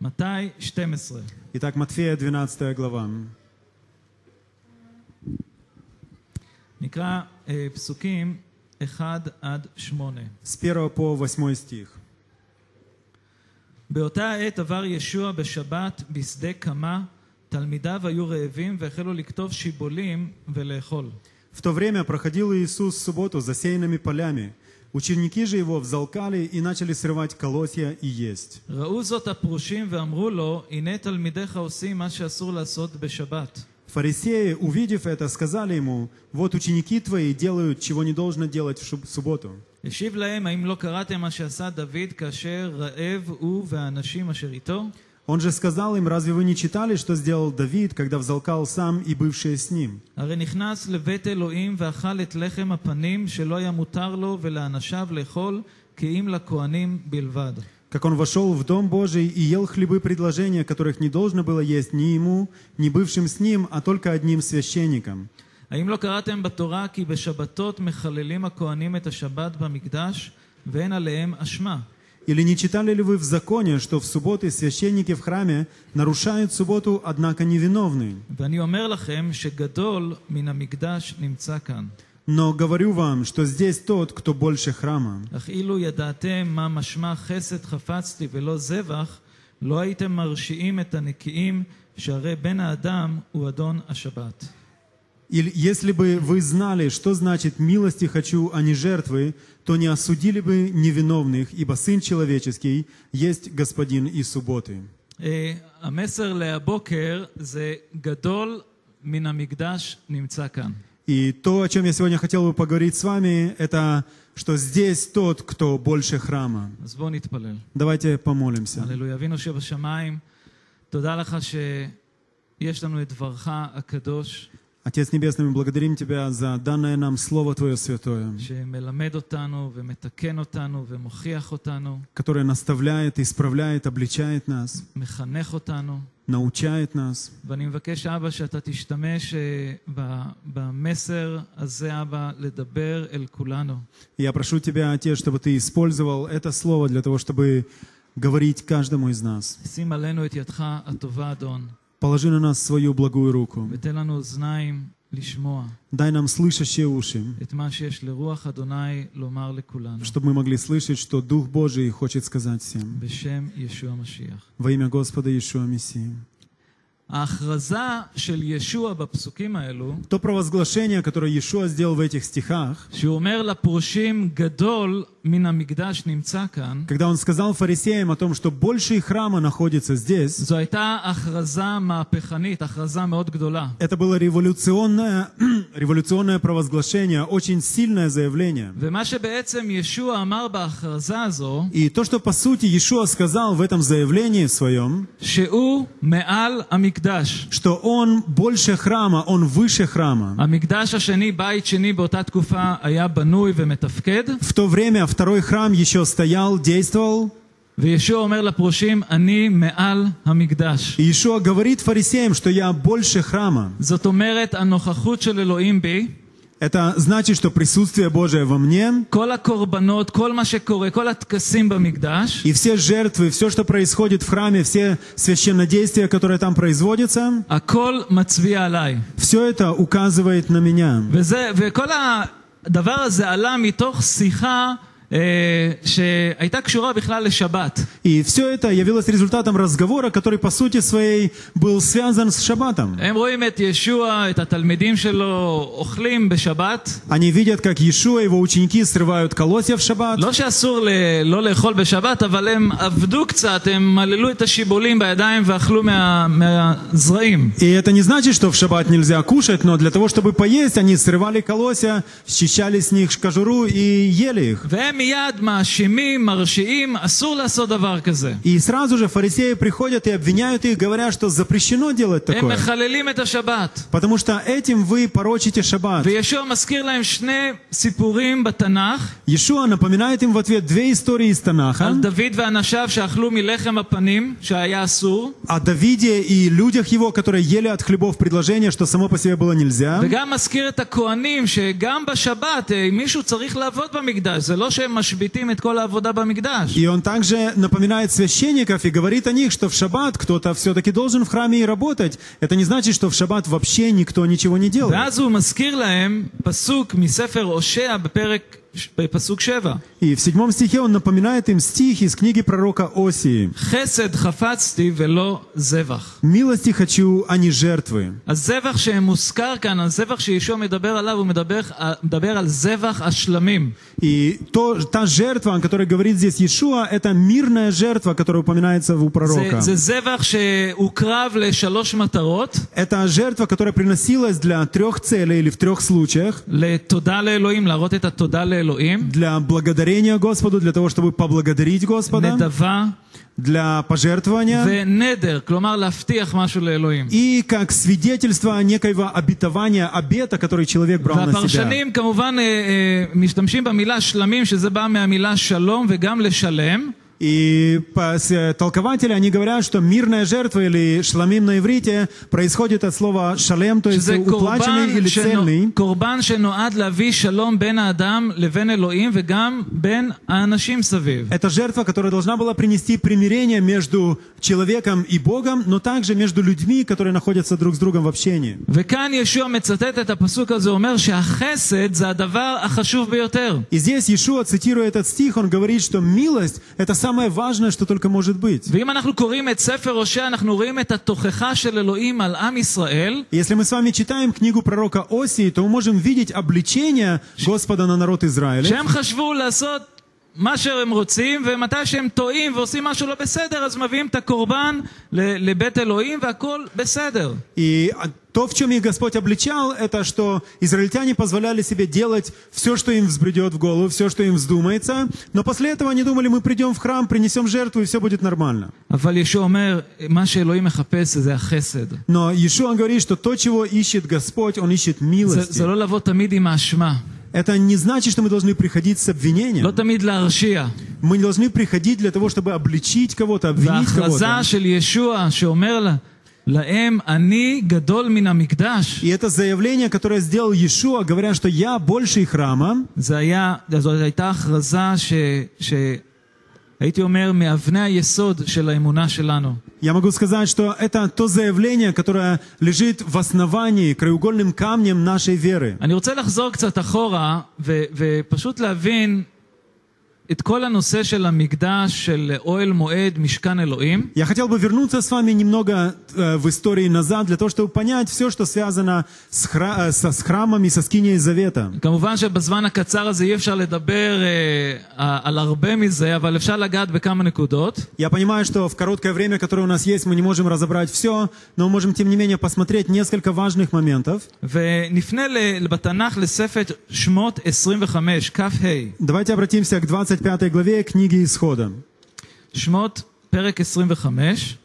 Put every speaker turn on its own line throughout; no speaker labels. מתי 12.
Итак, Матфея, 12 глава.
נקרא אה, פסוקים 1 עד 8.
С 1 по 8 стих.
באותה העת עבר ישוע בשבת בשדה קמה, תלמידיו היו רעבים והחלו לכתוב שיבולים ולאכול.
В то время проходил Иисус в субботу засеянными полями. Ученики же его взалкали и начали срывать колосья и есть.
ראו זאת הפרושים ואמרו לו, הנה תלמידיך עושים מה שאסור לעשות בשבת.
Фарисеи, увидев это, сказали ему, «Вот ученики твои делают, чего не должно делать в шуб- субботу».
השיב להם, האם לא קראתם מה שעשה דוד כאשר רעב הוא והאנשים אשר איתו?
Он же сказал им, «Разве вы не читали, что сделал Давид, когда взалкал сам и бывшие с ним?
הרי נכנס לבית אלוהים ואכל את לחם הפנים שלא היה מותר לו ולאנשיו לאכול, כי אם לכהנים בלבד.
Как он вошел в дом Божий и ел хлебы предложения, которых не должно было есть ни ему, ни бывшим с ним, а только одним священником».
האם לא קראתם בתורה כי בשבתות מחללים הכהנים את השבת במקדש, ואין עליהם אשמה?
Или не читали ли вы в законе, что в субботы священники в храме нарушают субботу, однако невиновны?
ואני אומר לכם שגדול מן המקדש נמצא כאן.
Но говорю вам, что здесь тот, кто больше храма.
אך אילו ידעתם מה משמע חסד חפצתי ולא זבח, לא הייתם מרשיעים את הנקיים, שהרי בן האדם הוא אדון השבת.
Или если бы вы знали, что значит «милости хочу, а не жертвы», то не осудили бы невиновных, ибо Сын Человеческий есть Господин и субботы.
אה, המסר להבוקר זה גדול מן המקדש נמצא כאן.
И то, о чем я сегодня хотел бы поговорить с вами, это что здесь тот, кто больше храма.
אז בואו נתפלל.
Давайте помолимся.
הללויה. אבינו שבשמיים, תודה לך שיש לנו את דברך הקדוש,
Отец Небесный, мы благодарим Тебя за данное нам Слово Твое Святое,
שמלמד אותנו ומתקן אותנו ומוכיח אותנו,
которое наставляет, исправляет, обличает нас,
מחנך אותנו.
научает нас.
ואני מבקש, אבא, שאתה תשתמש אה, ב- במסר הזה, אבא, לדבר אל כולנו.
И Я прошу Тебя, Отец, чтобы Ты использовал это Слово для того, чтобы говорить каждому из нас.
שים עלינו את ידך הטובה, אדון,
Положи на нас свою благую руку.
ותן לנו אוזניים לשמוע
Дай нам слышащие уши,
את מה שיש לרוח אדוני לומר לכולנו.
чтобы мы могли слышать, что Дух Божий хочет сказать всем.
בשם ישוע המשיח.
Во имя Господа Иешуа Мессии.
ההכרזה של ישוע בפסוקים האלו,
То провозглашение, которое Иешуа сделал в этих стихах,
שהוא אומר לפרושים, גדול מן המקדש נמצא כאן,
когда он сказал фарисеям о том, что больше храма находится здесь,
זו הייתה הכרזה מהפכנית, הכרזה מאוד גדולה.
Это было революционное, революционное провозглашение, очень сильное заявление.
ומה שבעצם ישוע אמר בהכרזה הזו,
И то, что по сути Иешуа сказал в этом заявлении своем,
שהוא מעל המקדש.
что он больше храма, он выше храма.
המקדש השני, בית שני באותה תקופה, היה בנוי ומתפקד,
В то время второй храм еще стоял, действовал.
וישוע אומר לפרושים, אני מעל המקדש.
И Иешуа говорит фарисеям, что я больше храма.
זאת אומרת, הנוכחות של אלוהים בי,
Это значит, что присутствие Божие во мне,
כל הקורבנות, כל מה שקורה, כל הטקסים במקדש,
и все жертвы, все, что происходит в храме, все священнодействия, которые там производятся,
הכל מצביע עליי.
все это указывает на меня.
וזה, וכל הדבר הזה עלה מתוך שיחה אה, שהייתה קשורה בכלל לשבת.
И все это явилось результатом разговора, который по сути своей был связан с шаббатом.
הם רואים את ישוע, את התלמידים שלו, אוכלים בשבת.
Они видят, как Иешуа и его ученики срывают колосья в шаббат.
לא שאסור ל... לא לאכול בשבת, אבל הם עבדו קצת, הם מללו את השיבולים בידיים ואכלו מה... מהזרעים.
И это не значит, что в шаббат нельзя кушать, но для того, чтобы поесть, они срывали колосья, счищали с них кожуру и ели их.
והם מיד מאשימים, מרשיעים, אסור לעשות דבר כזה.
И сразу же фарисеи приходят и обвиняют их, говоря, что запрещено делать
הם
такое.
מחללים את השבת.
Потому что этим вы порочите шаббат.
וישוע מזכיר להם שני סיפורים בתנ"ך,
Иешуа напоминает им в ответ две истории из Танаха.
על דוד ואנשיו שאכלו מלחם הפנים, שהיה אסור,
о Давиде и людях его, которые ели от хлебов предложение, что само по себе было нельзя.
וגם מזכיר את הכוהנים שגם בשבת, אה, מישהו צריך לעבוד במקדש, זה לא ש... אתם משביתים את כל העבודה במקדש.
И он также напоминает священников и говорит о них, что в шаббат кто-то все-таки должен в храме и работать. Это не значит, что в шаббат вообще никто ничего не делает.
ואז הוא מזכיר להם פסוק מספר הושע בפרק, בפסוק 7.
И в седьмом стихе он напоминает им стих из книги пророка Осии.
חסד חפצתי ולא זבח.
«Милости хочу, а не жертвы».
הזבח שמוזכר כאן, הזבח שישוע מדבר עליו, הוא מדבר, מדבר על זבח השלמים.
И то, та жертва, о которой говорит здесь Иешуа, это мирная жертва, которая упоминается у пророка.
זה, זה זבח שהוקרב לשלוש מטרות,
Это жертва, которая приносилась для трех целей или в трех случаях.
לתודה לאלוהים, להראות את התודה לאלוהים,
Для благодарения Господу, для того, чтобы поблагодарить Господа,
נדבה
для пожертвования
ונדר, כלומר להבטיח משהו לאלוהים.
и как свидетельство некоего обетования, обета, который человек брал на себя.
והפרשנים כמובן אה, אה, משתמשים במילה שלמים, שזה בא מהמילה שלום וגם לשלם.
И по- с- э, толкователи, они говорят, что мирная жертва или шламим на иврите происходит от слова шалем, то есть
שזה קורבן,
уплаченный или
שנו,
цельный.
קורבן שנועד להביא שלום בין האדם לבין אלוהים וגם בין האנשים סביב.
Это жертва, которая должна была принести примирение между человеком и Богом, но также между людьми, которые находятся друг с другом в общении.
וכאן ישוע מצטט את הפסוק הזה, אומר שהחסד זה הדבר החשוב ביותר.
И здесь Иешуа, цитируя этот стих, он говорит, что милость – это самое важное, что только может быть.
ואם אנחנו קוראים את ספר הושע, אנחנו רואים את התוכחה של אלוהים על עם ישראל,
Если мы с вами читаем книгу пророка Осии, то мы можем видеть обличение Господа на народ Израиля,
שהם חשבו לעשות מה שהם רוצים, ומתי שהם טועים ועושים משהו לא בסדר, אז מביאים את הקורבן ל- לבית אלוהים והכל בסדר.
И а, то, в чем их Господь обличал, это что израильтяне позволяли себе делать все, что им взбредет в голову, все, что им вздумается, но после этого они думали, мы придем в храм, принесем жертву, и все будет нормально.
אבל ישוע אומר, מה שאלוהים מחפש זה החסד.
Но Иешуа говорит, что то, чего ищет Господь, Он ищет
זה,
милости.
זה לא לבוא תמיד עם האשמה,
Это не значит, что мы должны приходить с
לא
обвинением.
תמיד להרשיע.
Мы не должны приходить для того, чтобы обличить кого-то, обвинить
וההכרזה
кого-то.
של ישוע שאומר לה, להם אני גדול מן המקדש,
И это заявление, которое сделал Иешуа, говоря, что я больше их храма,
זה היה, זאת הייתה הכרזה ש... ש... הייתי אומר, מאבני היסוד של האמונה שלנו.
я могу сказать, что это то заявление, которое лежит в основании, краеугольным камнем нашей веры.
אני רוצה לחזור קצת אחורה ו- ופשוט להבין את כל הנושא של המקדש, של אוהל מועד, משכן אלוהים.
Я хотел бы вернуться с вами немного э, в истории назад, для того, чтобы понять все, что связано с, хра- э, со, с храмами, со скинией Завета.
כמובן שבזמן הקצר הזה אי אפשר לדבר אה, על הרבה מזה, אבל אפשר לגעת בכמה נקודות.
Я понимаю, что в короткое время, которое у нас есть, мы не можем разобрать все, но мы можем, тем не менее, посмотреть несколько важных моментов.
ונפנה ל- בתנ"ך לספר שמות 25, כ"ה.
Давайте обратимся к 25 главе книги Исхода.
שמות, פרק 25.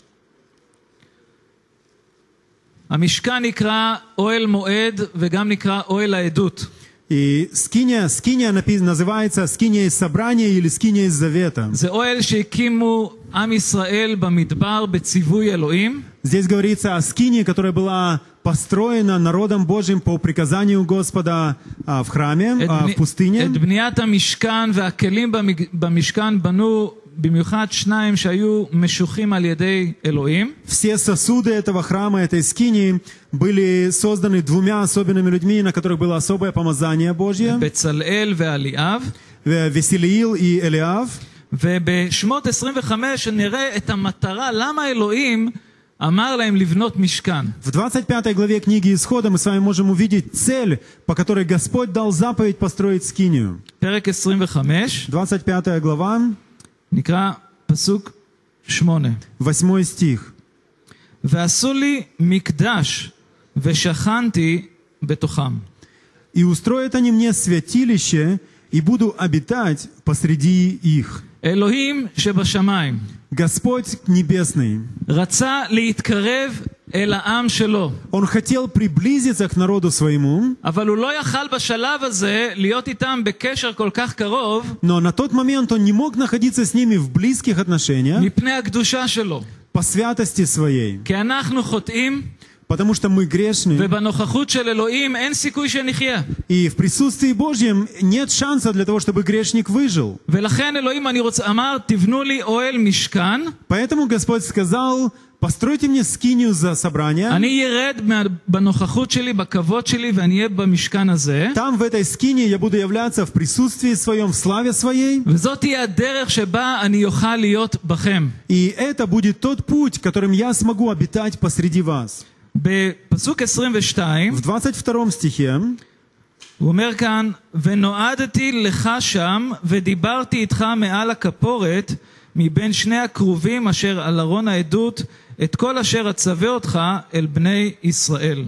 המשכן נקרא אוהל מועד וגם נקרא אוהל העדות.
И скиния, скиния напи- называется скиния из собрания или скиния из завета.
זה אוהל שהקימו עם ישראל במדבר בציווי אלוהים,
Здесь говорится о скинии, которая была построена народом Божьим по приказанию Господа а, в храме,
את,
а, в пустыне.
את בניית המשכן והכלים במג- במשכן בנו במיוחד שניים שהיו משוחים על ידי אלוהים.
Все сосуды этого храма, этой скинии, были созданы двумя особенными людьми, на которых было особое помазание Божье.
בצלאל ועליאב.
Э, Веселиил и Элиав.
ובשמות 25 נראה את המטרה, למה אלוהים אמר להם לבנות משכן.
В 25 главе книги Исхода мы с вами можем увидеть цель, по которой Господь дал заповедь построить скинию.
פרק 25,
25 глава,
נקרא פסוק 8.
8 стих.
ועשו לי מקדש ושכנתי בתוכם.
«И устроят они мне святилище, и буду обитать посреди их».
אלוהים שבשמיים
Господь Небесный,
רצה להתקרב אל העם שלו,
Он хотел приблизиться к народу своему,
אבל הוא לא יכל בשלב הזה להיות איתם בקשר כל כך קרוב
но на тот момент Он не мог находиться с ними в близких отношениях
מפני הקדושה שלו.
по святости своей.
כי אנחנו חוטאים,
потому что мы грешны,
ובנוכחות של אלוהים אין סיכוי שנחיה.
и в присутствии Божьем нет шанса для того, чтобы грешник выжил.
ולכן אלוהים אני רוצה, אמר, תבנו לי אוהל משכן,
Поэтому Господь сказал, постройте мне скинию за собрание,
אני ארד מה- בנוכחות שלי, בכבוד שלי, ואני אהיה במשכן הזה,
там в этой скине я буду являться в присутствии своем, в славе своей,
וזאת תהיה הדרך שבה אני אוכל להיות בכם.
и это будет тот путь, которым я смогу обитать посреди вас.
בפסוק 22,
В 22 стихе
הוא אומר כאן, ונועדתי לך שם, ודיברתי איתך מעל הכפורת, מבין שני הכרובים אשר על ארון העדות, את כל אשר אצווה אותך אל בני ישראל.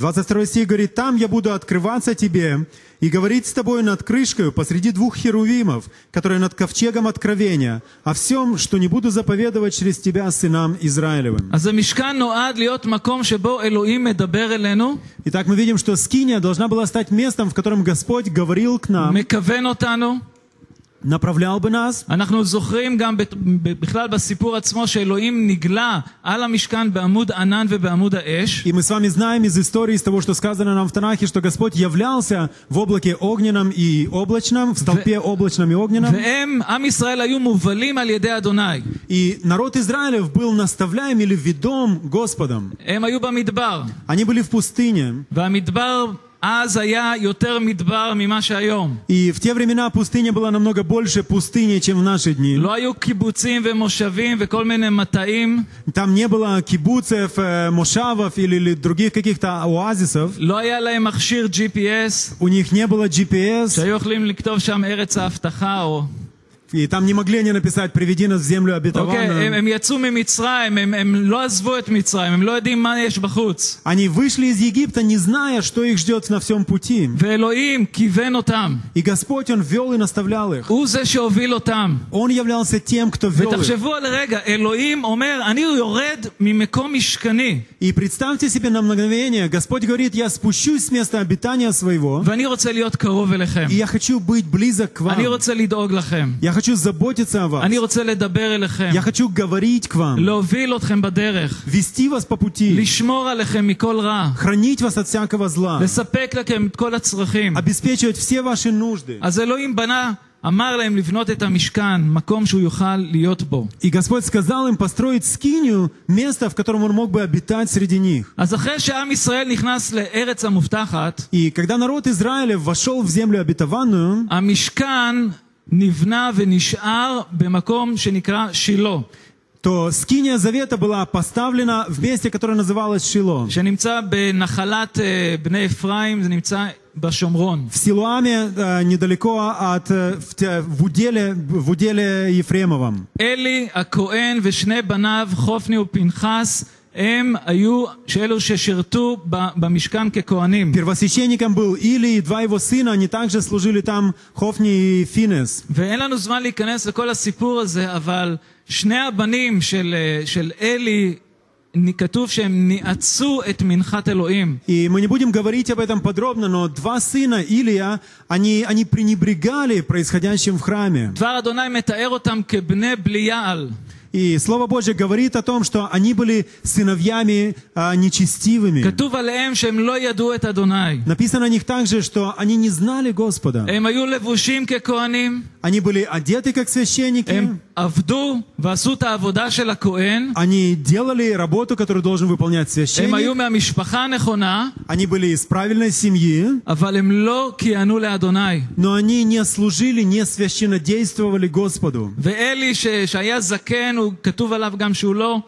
22 стих говорит, «Там я буду открываться тебе и говорить с тобой над крышкою посреди двух херувимов, которые над ковчегом откровения, о всем, что не буду заповедовать через тебя сынам Израилевым».
אז המשכן נועד להיות מקום שבו אלוהים מדבר אלינו,
Итак, мы видим, что Скиния должна была стать местом, в котором Господь говорил к нам,
מכוון אותנו.
направлял бы нас.
אנחנו זוכרים גם בת- ב- בכלל בסיפור עצמו שאלוהים נגלה על המשכן בעמוד ענן ובעמוד האש.
И мы с вами знаем из истории, из того, что сказано нам в Танахе, что Господь являлся в облаке огненном и облачном, в столпе облачном и огненном.
והם, עם ישראל היו מובלים על ידי אדוני.
И народ Израилев был наставляем или ведом Господом.
הם היו במדבר.
Они были в пустыне.
והמדבר אז היה יותר מדבר ממה שהיום.
И в те времена пустыня была намного больше пустыни, чем в наши дни.
לא היו קיבוצים ומושבים וכל מיני מטעים,
Там не было кибуцев, э, мошавов или, или других каких-то оазисов.
לא היה להם מכשיר GPS,
У них не было GPS,
שהיו יכולים לכתוב שם ארץ ההבטחה או...
и там не могли они написать «Приведи нас в землю
אוקיי, הם,
обетованную».
הם יצאו ממצרים, הם, הם לא עזבו את מצרים, הם לא יודעים מה יש בחוץ.
Они вышли из Египта, не зная, что их ждет на всем пути.
ואלוהים כיוון אותם,
И Господь, Он вел и наставлял их.
הוא זה שהוביל אותם.
Он являлся тем, кто вел их.
ותחשבו על רגע, אלוהים אומר, אני יורד ממקום משכני,
И представьте себе на мгновение, Господь говорит, я спущусь с места обитания своего,
ואני רוצה להיות קרוב אליכם.
и я хочу быть близок к
אני
вам.
רוצה לדאוג לכם.
Я хочу заботиться о вас.
אני רוצה לדבר אליכם,
Я хочу говорить к вам,
להוביל אתכם בדרך,
вести вас по пути,
לשמור עליכם מכל רע,
хранить вас от всякого зла,
לספק לכם את כל הצרכים.
обеспечивать все ваши нужды.
אז אלוהים בנה, אמר להם לבנות את המשכן, מקום שהוא יוכל להיות בו.
И Господь сказал им построить скинию, место, в котором Он мог бы обитать среди них.
אז אחרי שעם ישראל נכנס לארץ המובטחת,
И когда народ Израиля вошел в землю обетованную,
המשכן נבנה ונשאר במקום שנקרא שילה,
то скиния завета была поставлена в месте, которое называлось Шило.
שנמצא בנחלת אה, בני אפרים, זה נמצא בשומרון.
В Силуаме, э, недалеко от, э, в, те- в уделе, в уделе Ефремовом.
אלי הכהן ושני בניו, חופני ופנחס, הם היו אלו ששירתו ב- במשכן ככהנים.
Первосвященником был Или и два его сына, они также служили там Хофни и Финес.
ואין לנו זמן להיכנס לכל הסיפור הזה, אבל שני הבנים של, אה, של אלי, נ- כתוב שהם ניאצו את מנחת אלוהים.
И мы не будем говорить об этом подробно, но два сына Илия, они, они пренебрегали происходящим в храме.
דבר אדוני מתאר אותם כבני בליעל.
И Слово Божье говорит о том, что они были сыновьями а, нечестивыми.
כתוב עליהם שהם לא ידעו את אדוני.
Написано о них также, что они не знали Господа.
הם היו לבושים ככהנים,
Они были одеты как священники,
הם עבדו ועשו את העבודה של הכהן,
они делали работу, которую должен выполнять
הם היו
священник,
מהמשפחה הנכונה,
они были из правильной семьи,
אבל הם לא כיהנו לאדוני.
но они не служили, не священно действовали Господу.
ואלי ש... שהיה זקן, הוא כתוב עליו גם שהוא לא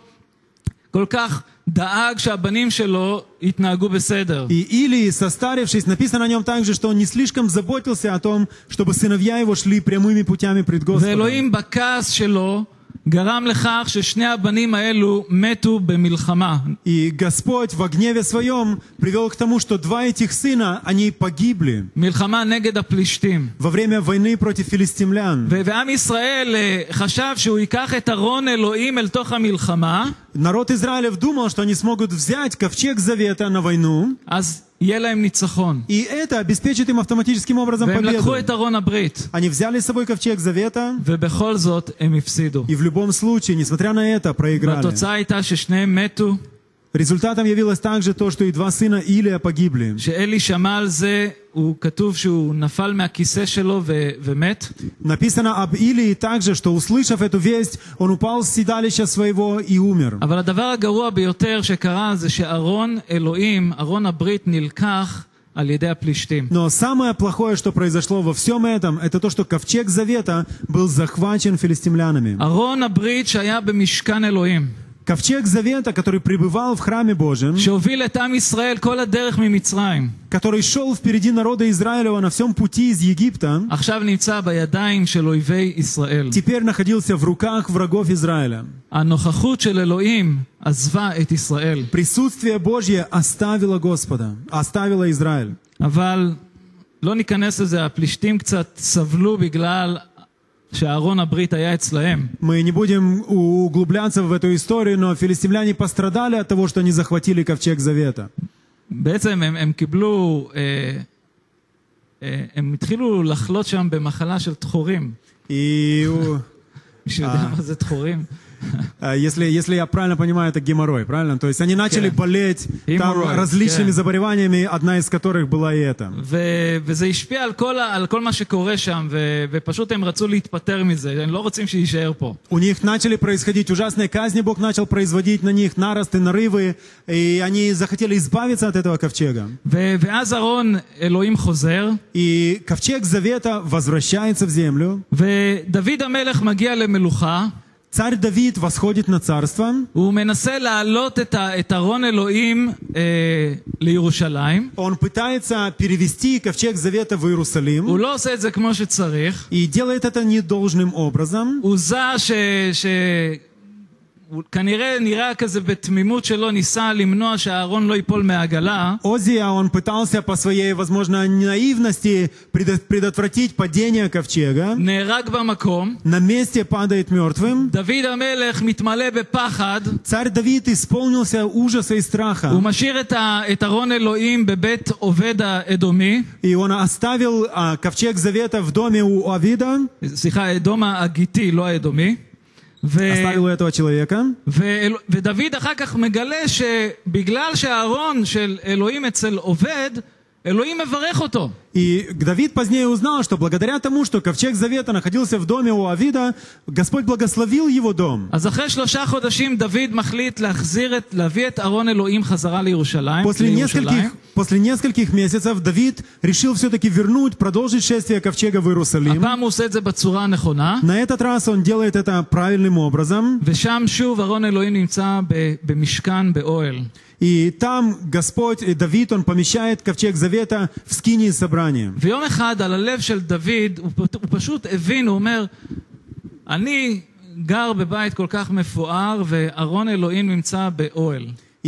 כל כך דאג שהבנים שלו יתנהגו בסדר.
И Илии, состарившись, написано о нем также, что он не слишком заботился о том, чтобы сыновья его шли прямыми путями пред Господом.
ואלוהים בכעס שלו גרם לכך ששני הבנים האלו מתו במלחמה.
И Господь во гневе своем привел к тому, что два этих сына, они погибли
מלחמה נגד הפלישתים.
во время войны против филистимлян.
ו- ועם ישראל אה, חשב שהוא ייקח את ארון אלוהים אל תוך המלחמה,
Народ Израилев думал, что они смогут взять ковчег завета на войну,
אז יהיה להם ניצחון.
и это обеспечит им автоматическим образом
והם לקחו את
победу.
ארון הברית,
Они взяли с собой ковчег завета,
ובכל זאת הם הפסידו.
и в любом случае, несмотря на это, проиграли.
והתוצאה הייתה ששניהם מתו,
Результатом явилось также то, что и два сына Илия погибли.
שאלי שמע על זה, הוא כתוב שהוא נפל מהכיסא שלו ו- ומת.
Написано об Илии также, что, услышав эту весть, он упал с седалища своего и умер.
אבל הדבר הגרוע ביותר שקרה זה שארון אלוהים, ארון הברית, נלקח על ידי הפלישתים.
Но самое плохое, что произошло во всем этом, это то, что ковчег Завета был захвачен филистимлянами.
ארון הברית שהיה במשכן אלוהים,
Ковчег Завета, который пребывал в храме Божьем,
שהוביל את עם ישראל כל הדרך ממצרים,
который шел впереди народа Израилева на всем пути из Египта,
עכשיו נמצא בידיים של אויבי ישראל.
теперь находился в руках врагов Израиля.
הנוכחות של אלוהים עזבה את ישראל,
Присутствие Божье оставило Господа, оставило Израиль.
אבל לא ניכנס לזה, הפלישתים קצת סבלו בגלל שאהרון הברית היה אצלהם.
Мы не будем углубляться в эту историю, но филистимляне пострадали от того, что они захватили ковчег Завета.
בעצם הם, הם קיבלו, אה, אה, הם התחילו לחלות שם במחלה של טחורים.
И у-
מי שיודע מה זה טחורים.
а, если, если я правильно понимаю, это геморрой, правильно? То есть они начали
Кен.
болеть там
Геморрой,
различными
кен.
заболеваниями, одна из которых была и эта.
ו- וזה השפיע על כל, ה- על כל מה שקורה שם, ו- ופשוט הם רצו להתפטר מזה, הם לא רוצים שיישאר פה.
У них начали происходить ужасные казни, Бог начал производить на них наросты, нарывы, и они захотели избавиться от этого ковчега.
ו- ואז אהרון אלוהים חוזר,
И ковчег Завета возвращается в землю.
ודוד המלך מגיע למלוכה,
Царь Давид восходит на царство.
הוא מנסה להעלות את, ה- את ארון אלוהים אה, לירושלים,
Он пытается перевести ковчег Завета в
הוא
Иерусалим
לא עושה את זה כמו שצריך.
и делает это недолжным образом.
הוא זע ש... ש... הוא כנראה נראה כזה בתמימות שלו, ניסה למנוע שהארון לא ייפול מהעגלה,
Озия, он пытался по своей, возможно, наивности предо- предотвратить падение ковчега.
נהרג במקום,
На месте падает мертвым.
דוד המלך מתמלא בפחד,
Царь Давид исполнился ужаса и страха.
הוא משאיר את, ה... את ארון אלוהים בבית עובד האדומי,
И он оставил а, ковчег завета в доме у Авида,
סליחה, אדום הגיתי, לא האדומי, ו...
оставил у этого человека.
ואל... ודוד אחר כך מגלה שבגלל שהארון של אלוהים אצל עובד, אלוהים מברך אותו.
И Давид позднее узнал, что благодаря тому, что ковчег завета находился в доме у Авида, Господь благословил его дом.
אז אחרי שלושה חודשים דוד מחליט להחזיר את, להביא את ארון אלוהים חזרה לירושלים.
После
לירושלים.
нескольких, после нескольких месяцев Давид решил все-таки вернуть, продолжить шествие ковчега в Иерусалим.
הפעם הוא עושה את זה בצורה הנכונה,
На этот раз он делает это правильным образом.
ושם שוב ארון אלוהים נמצא ב, במשכן באוהל.
И там Господь, э, Давид, он помещает ковчег завета в скинии собрания.
ויום אחד על הלב של דוד, הוא, פ- הוא פשוט הבין, הוא אומר, אני גר בבית כל כך מפואר, וארון אלוהים נמצא באוהל.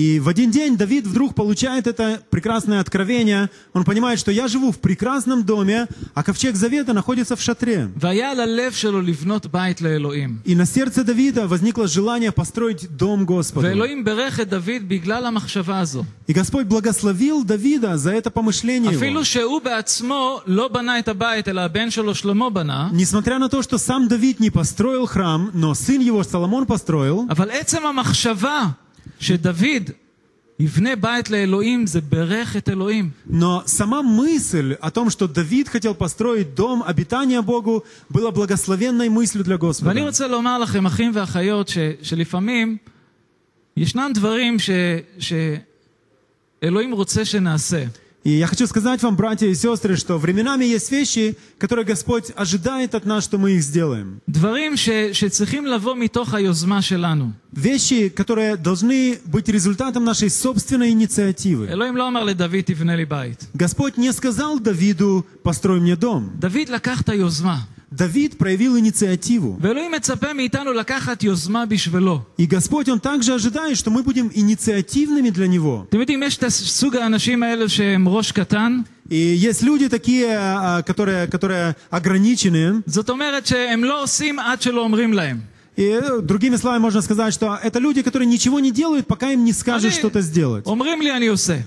И в один день Давид вдруг получает это прекрасное откровение. Он понимает, что я живу в прекрасном доме, а ковчег завета находится в шатре.
והיה על הלב שלו לבנות בית לאלוהים.
И на сердце Давида возникло желание построить дом Господа.
ואלוהים בירך את דוד בגלל המחשבה הזו.
И Господь благословил Давида за это помышление его.
אפילו שהוא בעצמו לא בנה את הבית, אלא הבן שלו שלמה בנה,
Несмотря на то, что сам Давид не построил храм, но сын его Соломон построил,
אבל עצם המחשבה שדוד יבנה בית לאלוהים, זה בירך את אלוהים.
но сама мысль о том, что Давид хотел построить дом обитания Богу, была благословенной мыслью для
ואני
Господа.
רוצה לומר לכם, אחים ואחיות, ש, שלפעמים ישנם דברים ש, שאלוהים רוצה שנעשה.
И я хочу сказать вам, братья и сестры, что временами есть вещи, которые Господь ожидает от нас, что мы их сделаем.
דברים ש, שצריכים לבוא מתוך היוזמה שלנו.
Вещи, которые должны быть результатом нашей собственной инициативы.
אלוהים לא אמר לדוד, תבנה לי בית.
Господь не сказал Давиду, построй мне дом.
דוד לקח את היוזמה,
Давид проявил инициативу.
ואלוהים מצפה מאיתנו לקחת יוזמה בשבילו.
И Господь, Он также ожидает, что мы будем инициативными для Него.
אתם יודעים, יש את סוג האנשים האלה שהם ראש קטן,
И есть люди такие, а, которые, которые ограничены.
זאת אומרת שהם לא עושים עד שלא אומרים להם.
И э, другими словами можно сказать, что это люди, которые ничего не делают, пока им не скажешь
Они-
что-то сделать.
אומרים לי אני עושה.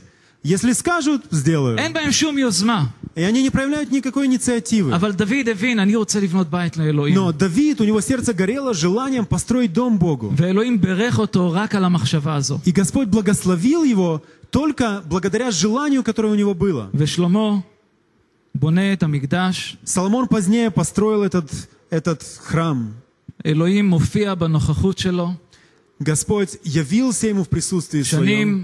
Если скажут, сделают.
אין בהם שום יוזמה.
И они не проявляют никакой инициативы.
אבל דוד הבין, אני רוצה לבנות בית לאלוהים.
Но Давид, у него сердце горело желанием построить дом Богу.
ואלוהים בירך אותו רק על המחשבה הזו.
И Господь благословил его только благодаря желанию, которое у него было.
ושלמה בונה את המקדש,
Соломон позднее построил этот, этот храм.
אלוהים מופיע בנוכחות שלו,
Господь явился ему в присутствии своем.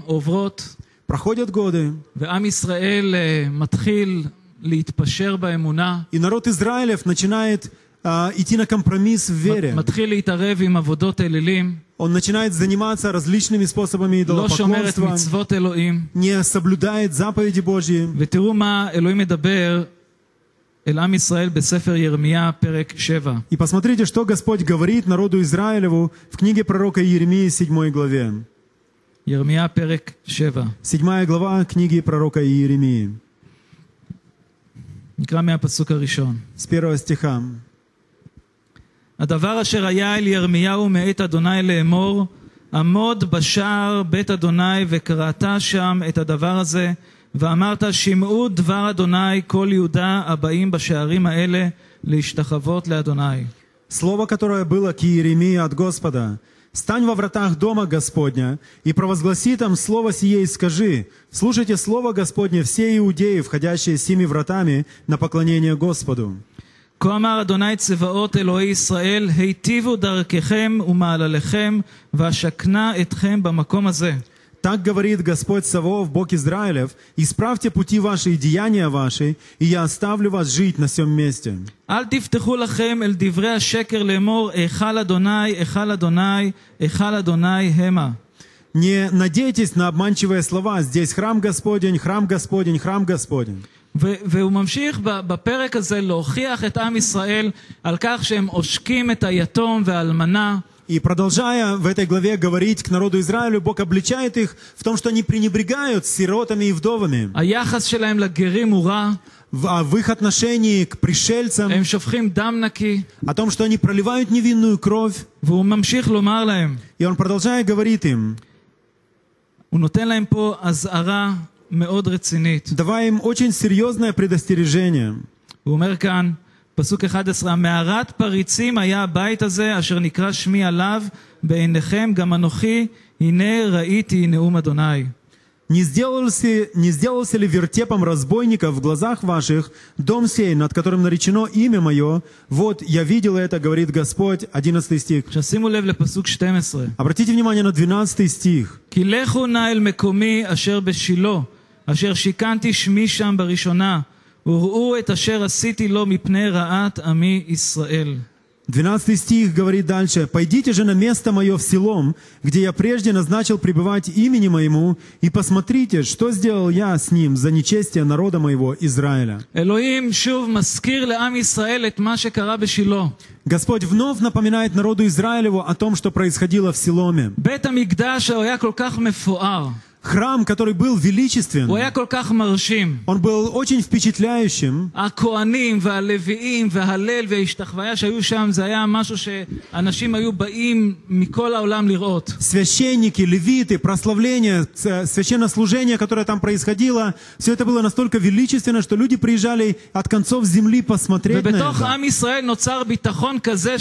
שנים עוברות,
Проходят годы,
ועם ישראל אה, מתחיל להתפשר באמונה,
и народ Израилев начинает а, идти на компромисс в вере.
מתחיל להתערב עם עבודות אלילים,
Он начинает заниматься различными способами
לא שומר את
идолопоклонства,
מצוות אלוהים.
не соблюдает заповеди Божьи.
ותראו מה אלוהים מדבר אל עם ישראל בספר ירמיה, פרק 7.
И посмотрите, что Господь говорит народу Израилеву в книге пророка Иеремии, 7 главе.
ירמיה, פרק 7.
7 глава книги пророка Иеремии,
נקרא מהפסוק הראשון.
с 1 стиха.
הדבר אשר היה אל ירמיהו מאת אדוני לאמור, עמוד בשער בית אדוני וקראת שם את הדבר הזה, ואמרת שמעו דבר אדוני כל יהודה הבאים בשערים האלה להשתחוות לאדוני.
Слово, которое было к Иеремии от Господа. «Стань во вратах дома Господня и провозгласи там слово сие и скажи, слушайте слово Господне все иудеи, входящие семи вратами на поклонение Господу».
כה אמר אדוני צבאות אלוהי ישראל, היטיבו דרככם ומעלליכם, ואשכנה אתכם במקום הזה.
Так говорит Господь Савов, Бог Израилев, «Исправьте пути ваши и деяния ваши, и я оставлю вас жить на всем месте.
אל תפתחו לכם אל דברי השקר לאמור, היכל אדוני, היכל אדוני, היכל אדוני המה.
Не надейтесь на обманчивые слова. Здесь храм Господень, храм Господень, храм Господень.
ו- והוא ממשיך ב- בפרק הזה להוכיח את עם ישראל על כך שהם עושקים את היתום והאלמנה,
И продолжая в этой главе говорить к народу Израилю, Бог обличает их в том, что они пренебрегают сиротами и вдовами.
היחס שלהם לגרים הוא רע,
В, а в их отношении к пришельцам,
הם שופכים דם נקי,
о том, что они проливают невинную кровь.
והוא ממשיך לומר להם,
И он продолжая говорит им,
הוא נותן להם פה אזהרה מאוד רצינית.
давая им очень серьезное предостережение.
הוא אומר כאן, פסוק 11, המערת פריצים היה הבית הזה אשר נקרא שמי עליו בעיניכם גם אנוכי הנה ראיתי נאום אדוני.
Не сделался, не сделался ли вертепом разбойников в глазах ваших дом сей, над которым наречено имя мое? Вот, я видел это, говорит Господь, 11 стих.
עכשיו שימו לב לפסוק 12,
Обратите внимание на 12 стих.
כי לכו נא אל מקומי אשר בשילה, אשר שיכנתי שמי שם בראשונה, וראו את אשר עשיתי לו מפני רעת עמי ישראל.
12 стих говорит дальше. «Пойдите же на место мое в селом, где я прежде назначил пребывать имени моему, и посмотрите, что сделал я с ним за нечестие народа моего Израиля».
אלוהים שוב מזכיר לעם ישראל את מה שקרה בשילה.
Господь вновь напоминает народу Израилеву о том, что происходило в Силоме.
בית המקדש היה כל כך מפואר,
Храм, который был величествен,
הוא היה כל כך מרשים.
Он был очень впечатляющим.
הכהנים והלוויים וההלל וההשתחוויה שהיו שם, זה היה משהו שאנשים היו באים מכל העולם לראות.
Священники, левиты, прославление, ц- священнослужение, которое там происходило, все это было настолько величественно, что люди приезжали от концов земли посмотреть на
ובתוך
это.
עם ישראל נוצר ביטחון כזה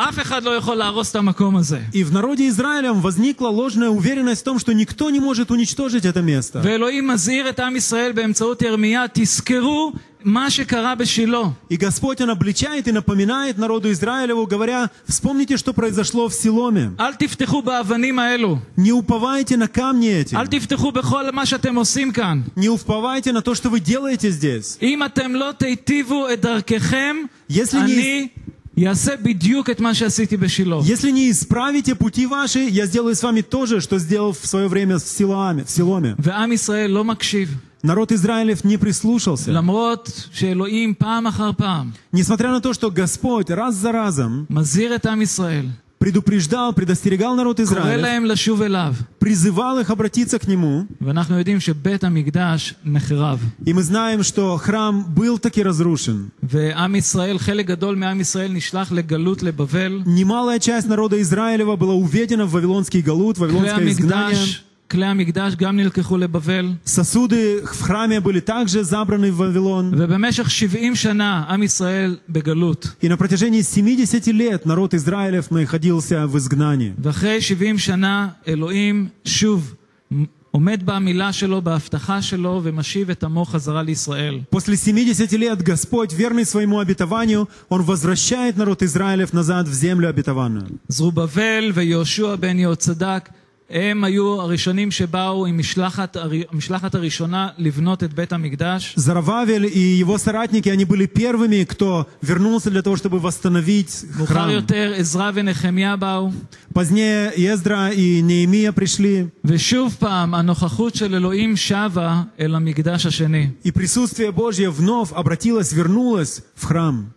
שאף אחד לא יכול להרוס את המקום הזה.
И в народе Израилем возникла ложная уверенность в том, что никто не может уничтожить это место.
ואלוהים מזהיר את עם ישראל באמצעות ירמיה, תזכרו מה שקרה בשילה.
И Господь, Он обличает и напоминает народу Израилеву, говоря, вспомните, что произошло в Силоме.
אל תפתחו באבנים האלו,
Не уповайте на камни эти.
אל תפתחו בכל מה שאתם עושים כאן.
Не уповайте на то, что вы делаете здесь.
אם אתם לא תיטיבו את דרככם,
Yes,
אני
Lenny.
אעשה בדיוק את מה שעשיתי בשילה.
Если не исправите пути ваши, я сделаю с вами то же, что сделал в свое время в Силоаме. В Силоме.
ועם ישראל לא מקשיב,
Народ Израилев не прислушался.
למרות שאלוהים פעם אחר פעם
Несмотря на то, что Господь раз за разом
מזהיר את עם ישראל,
предупреждал, предостерегал народ
קורא
Израиля,
להם לשוב אליו.
призывал их обратиться к Нему,
ואנחנו יודעים שבית המקדש נחרב.
и мы знаем, что храм был таки разрушен.
ועם ישראל, חלק גדול מעם ישראל נשלח לגלות לבבל.
Немалая часть народа Израилева была уведена в Вавилонский Галут,
כלי
Вавилонское изгнание.
המקדש כלי המקדש גם נלקחו לבבל,
Сосуды в храме были также забраны в Вавилон.
ובמשך 70 שנה עם ישראל בגלות.
И на протяжении 70 лет народ Израилев находился в изгнании.
ואחרי 70 שנה אלוהים שוב מ- עומד במילה שלו, בהבטחה שלו, ומשיב את עמו חזרה לישראל.
После 70 лет Господь, верный своему обетованию, Он возвращает народ Израилев назад в землю обетованную.
זרובבל ויהושע בן יהוצדק, הם היו הראשונים שבאו עם משלחת, הר- המשלחת הראשונה לבנות את בית המקדש.
Зарававель и его соратники, они были первыми, кто вернулся для того, чтобы восстановить
מאוחר
храм.
יותר עזרא ונחמיה באו,
Позднее Ездра и Неемия пришли,
ושוב פעם הנוכחות של אלוהים שבה אל המקדש השני.
и присутствие Божье вновь обратилось, вернулось в храм.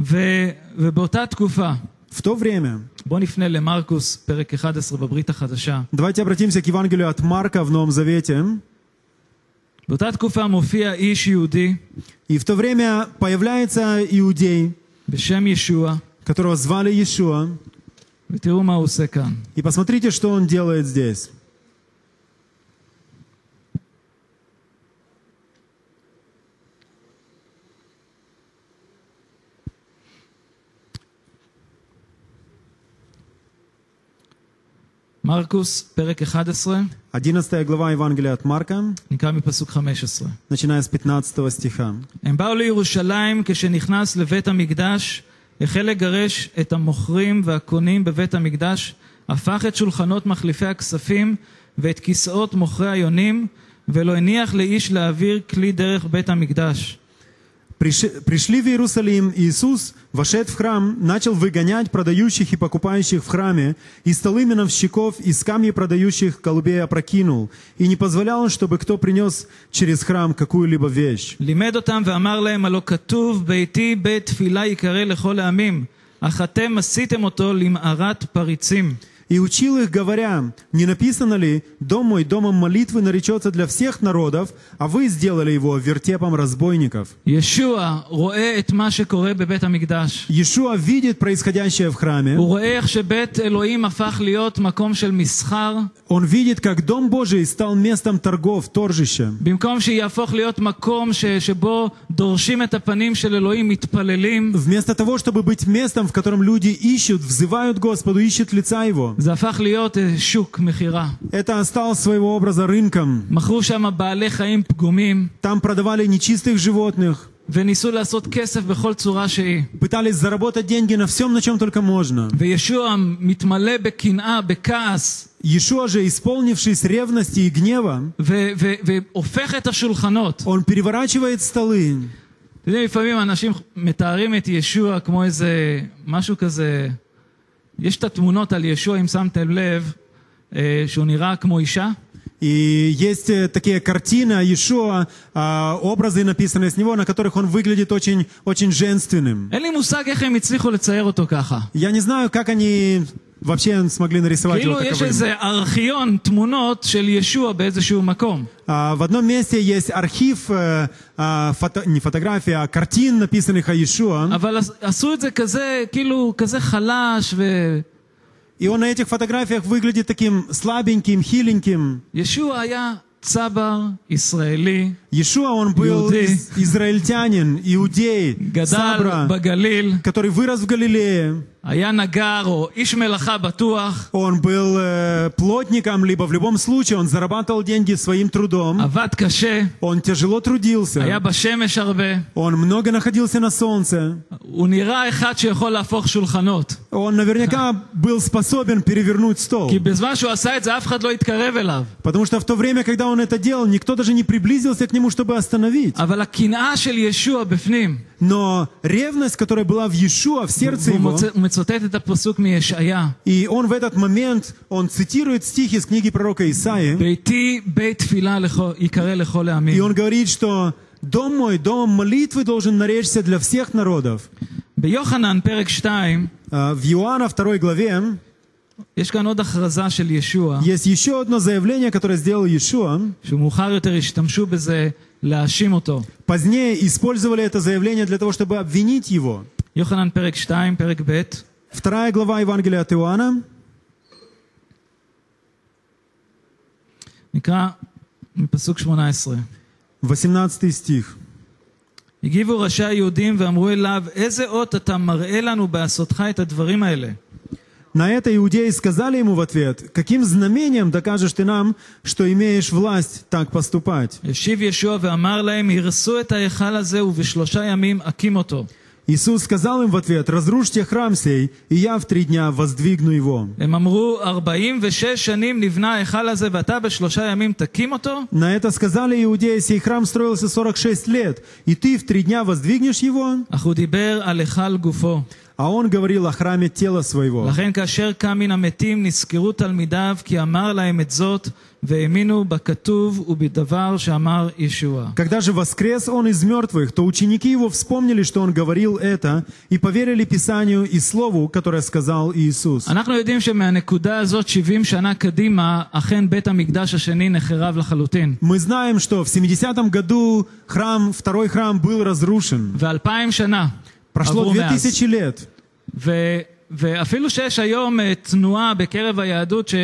ו, ובאותה תקופה,
В то время,
בואו נפנה למרקוס, פרק 11 בברית החדשה.
давайте обратимся к Евангелию от Марка в Новом Завете.
באותה תקופה מופיע איש יהודי
И в то время появляется иудей,
בשם ישוע,
которого звали Иешуа.
ותראו מה הוא עושה כאן.
И посмотрите, что он делает здесь.
מרקוס, פרק 11,
11 глава Евангелия от Марка,
נקרא מפסוק 15.
начиная с 15 стиха.
הם באו לירושלים כשנכנס לבית המקדש, החל לגרש את המוכרים והקונים בבית המקדש, הפך את שולחנות מחליפי הכספים ואת כיסאות מוכרי היונים, ולא הניח לאיש להעביר כלי דרך בית המקדש.
Приш- Пришли в Иерусалим, и Иисус, вошед в храм, начал выгонять продающих и покупающих в храме, и столы миновщиков, и скамьи продающих голубей опрокинул, и не позволял, чтобы кто принес через храм какую-либо вещь.
לימד אותם ואמר להם, הלא כתוב, ביתי בית תפילה ייקרא לכל העמים, אך אתם עשיתם אותו למארת פריצים.
И учил их, говоря, не написано ли, дом мой домом молитвы наречется для всех народов, а вы сделали его вертепом разбойников.
ישוע רואה את מה שקורה בבית המקדש.
Иешуа видит происходящее в храме,
הוא רואה איך שבית אלוהים הפך להיות מקום של מסחר,
он видит, как Дом Божий стал местом торгов, торжища.
במקום שיהפוך להיות מקום ש, שבו דורשים את הפנים של אלוהים, מתפללים,
Вместо того, чтобы быть местом, в котором люди ищут, взывают Господу, ищут лица Его,
זה הפך להיות אה, שוק, מכירה.
это стал своего образа рынком.
מכרו שם בעלי חיים פגומים,
Там продавали нечистых животных,
וניסו לעשות כסף בכל צורה שהיא.
пытались заработать деньги на всем, на чем только можно.
וישוע מתמלא בקנאה, בכעס,
Иешуа же, исполнившись ревности и гнева,
ו- ו- והופך את השולחנות.
он переворачивает столы.
אתם יודעים, לפעמים אנשים מתארים את ישוע כמו איזה משהו כזה... יש את התמונות על ישוע, אם שמתם לב, אה, שהוא נראה כמו אישה,
И есть э, такие картины о Иешуа, а, образы, написанные с него, на которых он выглядит очень, очень женственным.
אין לי мושג איך הם הצליחו לצייר אותו ככה.
Я не знаю, как они вообще смогли нарисовать его
כאילו יש
таковым.
איזה ארכיון תמונות של ישוע באיזשהו מקום.
А, В одном месте есть архив, э, а, фото- не фотографий, а картин, написанных о Иешуа.
אבל עש- עשו את זה כזה, כאילו, כזה חלש,
И он на этих фотографиях выглядит таким слабеньким, хиленьким.
וישוע היה צבר ישראלי,
Иешуа, он был
Иудей.
из- израильтянин, иудей,
גדל
сабра,
בגליל,
который вырос в Галилее.
היה נגר או איש מלאכה בטוח,
Он был э, плотником, либо в любом случае он зарабатывал деньги своим трудом.
עבד קשה,
Он тяжело
היה
трудился.
בשמש הרבה,
Он много находился на солнце.
הוא נראה אחד שיכול להפוך שולחנות.
Он наверняка был способен перевернуть стол.
כי בזמן שהוא עשה את זה אף אחד לא התקרב אליו.
Потому что в то время, когда он это делал, никто даже не приблизился к нему, чтобы остановить.
אבל הקנאה של ישוע בפנים,
Но ревность, которая была в Иешуа, в сердце
והוא
его,
מוצא- הוא מצוטט את הפסוק מישעיה,
и он в этот момент, он цитирует стих из книги пророка Исаи,
ביתי בית תפילה לכו- ייקרא לכל
и
העמים.
он говорит, что «Дом мой, дом молитвы должен наречься для всех народов».
ביוחנן פרק 2,
А, В Иоанна 2 главе
יש כאן עוד הכרזה של ישוע,
есть еще одно заявление, которое сделал Иешуа.
שמאוחר יותר השתמשו בזה להאשים אותו.
Позднее использовали это заявление для того, чтобы обвинить его.
יוחנן פרק 2, פרק ב',
Вторая глава Евангелия от Иоанна,
נקרא מפסוק 18.
18 стих.
הגיבו ראשי היהודים ואמרו אליו, איזה אות אתה מראה לנו בעשותך את הדברים האלה?
На это иудеи сказали ему в ответ, «Каким знамением докажешь ты нам, что имеешь власть так поступать?»
השיב ישוע ואמר להם, הרסו את ההיכל הזה ובשלושה ימים אקים אותו.
Иисус сказал им в ответ, «Разрушьте храм сей, и я в три дня воздвигну его».
הם אמרו, 46 שנים נבנה ההיכל הזה ואתה בשלושה ימים תקים אותו?
На это сказали иудеи, «Сей храм строился 46 лет, и ты в три дня воздвигнешь его?»
אך הוא דיבר על היכל גופו.
А он говорил о храме тела своего.
לכן כאשר קם מן המתים נזכרו תלמידיו כי אמר להם את זאת והאמינו בכתוב ובדבר שאמר ישוע.
Когда же воскрес он из мертвых, то ученики его вспомнили, что он говорил это, и поверили Писанию и Слову, которое сказал Иисус.
אנחנו יודעים שמהנקודה הזאת 70 שנה קדימה אכן בית המקדש השני נחרב לחלוטין.
Мы знаем, что в 70-м году храм, второй храм был разрушен.
ואלפיים שנה
Прошло
עברו מאז.
2000 лет.
ו, ואפילו שיש היום אה, תנועה בקרב היהדות ש,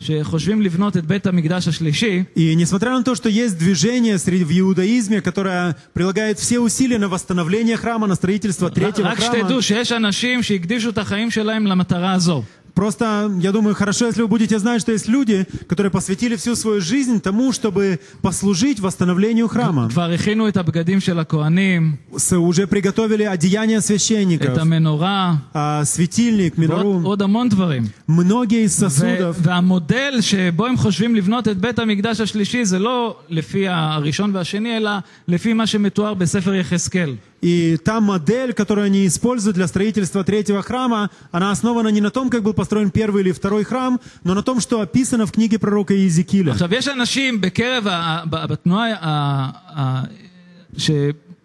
שחושבים לבנות את בית המקדש השלישי,
И несмотря на то, что есть движение среди- в иудаизме, которое прилагает все усилия на восстановление храма, на строительство третьего
רק
храма,
שתדעו שיש אנשים שהקדישו את החיים שלהם למטרה הזו.
просто, я думаю, хорошо, если вы будете знать, что есть люди, которые посвятили всю свою жизнь тому, чтобы послужить восстановлению храма.
כבר הכינו את הבגדים של הכוהנים,
С- Уже приготовили одеяния
את
священников,
המנורה,
а, светильник,
ועוד
минору,
עוד המון דברים.
многие из
ו-
сосудов.
והמודל שבו הם חושבים לבנות את בית המקדש השלישי זה לא לפי הראשון והשני, אלא לפי מה שמתואר בספר יחזקאל.
И та модель, которую они используют для строительства третьего храма, она основана не на том, как был построен первый или второй храм, но на том, что описано в книге пророка Иезекииля.
עכשיו, יש אנשים בקרב ה- ה- ב- בתנועה ה- ה-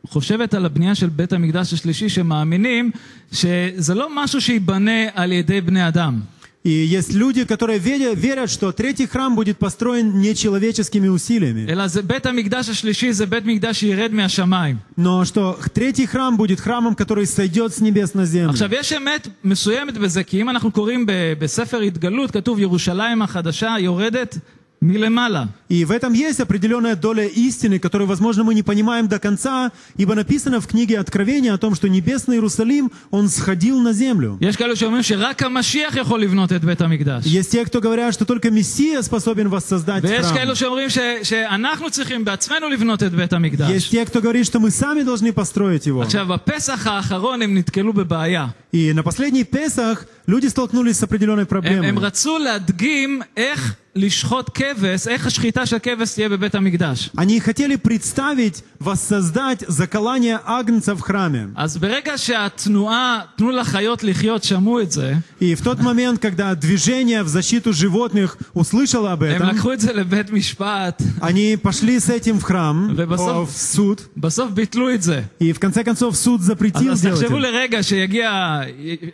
שחושבת על הבנייה של בית המקדש השלישי, שמאמינים שזה לא משהו שייבנה על ידי בני אדם.
И есть люди, которые веря- верят, что третий храм будет построен не человеческими усилиями,
אלא זה בית המקדש השלישי, זה בית מקדש שירד מהשמיים.
но что х- третий храм будет храмом, который сойдет с небес на землю.
עכשיו, יש אמת מסוימת בזה, כי אם אנחנו קוראים ב- בספר התגלות, כתוב ירושלים החדשה יורדת מלמעלה.
И в этом есть определенная доля истины, которую, возможно, мы не понимаем до конца, ибо написано в книге Откровения о том, что небесный Иерусалим, он сходил на землю.
יש כאלו שאומרים שרק המשיח יכול לבנות את בית המקדש.
Есть те, кто говорят, что только Мессия способен воссоздать
ויש
храм.
כאלו שאומרים ש- שאנחנו צריכים בעצמנו לבנות את בית המקדש.
Есть те, кто говорит, что мы сами должны построить его.
עכשיו, בפסח האחרון הם נתקלו בבעיה.
И на последний Песах люди столкнулись с определенной
הם, הם
проблемой.
רצו להדגים איך לשחוט כבש, איך השחיטה של כבש תהיה בבית המקדש.
Они хотели представить, воссоздать заколание агнца в храме.
אז ברגע שהתנועה, תנו לחיות לחיות, שמעו את זה,
И в тот момент, когда движение в защиту животных услышало об
הם
этом,
לקחו את זה לבית משפט,
они пошли с этим в храм,
Вебасов.
о, в суд,
בסוף ביטלו את זה.
и в конце концов суд
אז,
запретил
אז
делать
תחשבו
это.
לרגע שיגיע,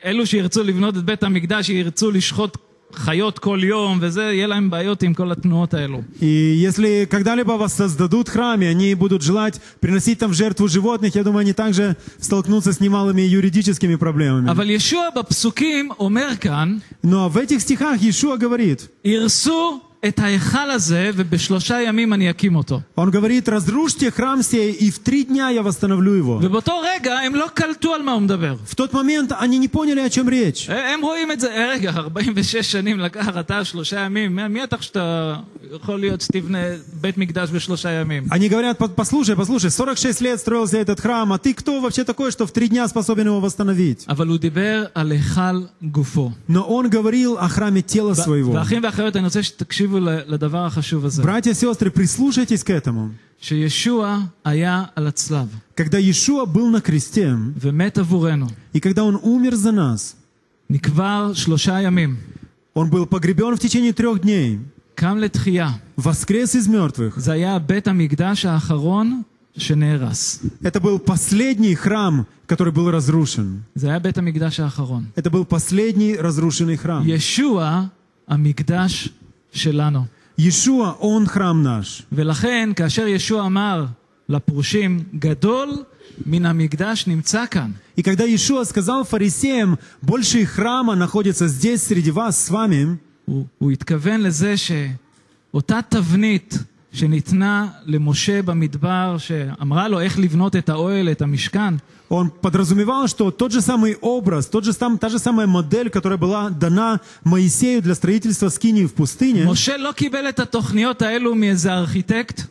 אלו שירצו לבנות את בית המקדש, שירצו לשחוט חיות כל יום, וזה, יהיה להם בעיות עם כל התנועות האלו.
И если когда-либо вас создадут храме, они будут желать приносить там в жертву животных, я думаю, они также столкнутся с немалыми юридическими проблемами.
אבל ישוע בפסוקים אומר כאן,
Но в этих стихах Иешуа говорит,
הרסו את ההיכל הזה, ובשלושה ימים אני אקים אותו.
он говорит, разрушьте храм сей, и в три дня я восстановлю его.
ובאותו רגע הם לא קלטו על מה הוא מדבר.
В тот момент они не поняли, о чем речь.
הם רואים את זה, "אה, רגע, 46 שנים לקח, אתה שלושה ימים, מי- מי אתה שאתה יכול להיות שתבנה בית מקדש בשלושה ימים?
Они говорят, «По- послушай, послушай, 46 лет строился этот храм, а ты кто вообще такой, что в три дня способен его восстановить?
אבל הוא דיבר על היכל גופו.
Но он говорил о храме тела своего.
ואחים ואחיות, אני רוצה שתקשיבו ל- לדבר החשוב הזה,
Братья и сестры, прислушайтесь к этому.
שישוע היה על הצלב
Когда Иешуа был на кресте,
ומת עבורנו,
и когда он умер за нас,
נקבר שלושה ימים,
Он был погребен в течение трех дней,
קם לתחייה.
воскрес из мертвых.
זה היה בית המקדש האחרון שנהרס.
Это был последний храм, который был разрушен.
זה היה בית המקדש האחרון.
Это был последний разрушенный храм.
ישוע, המקדש שלנו.
Иешуа, Он храм наш.
ולכן, כאשר ישוע אמר לפרושים, גדול מן המקדש נמצא כאן.
И когда Иешуа сказал фарисеям, больше храма находится здесь среди вас, с вами,
הוא, הוא התכוון לזה ש, אותה תבנית שניתנה למשה במדבר, שאמרה לו איך לבנות את האוהל, את המשכן,
Он подразумевал, что тот же самый образ, тот же сам, та же самая модель, которая была дана Моисею для строительства скинии в пустыне,
משה לא קיבל את התוכניות האלו מאיזה ארכיטקט,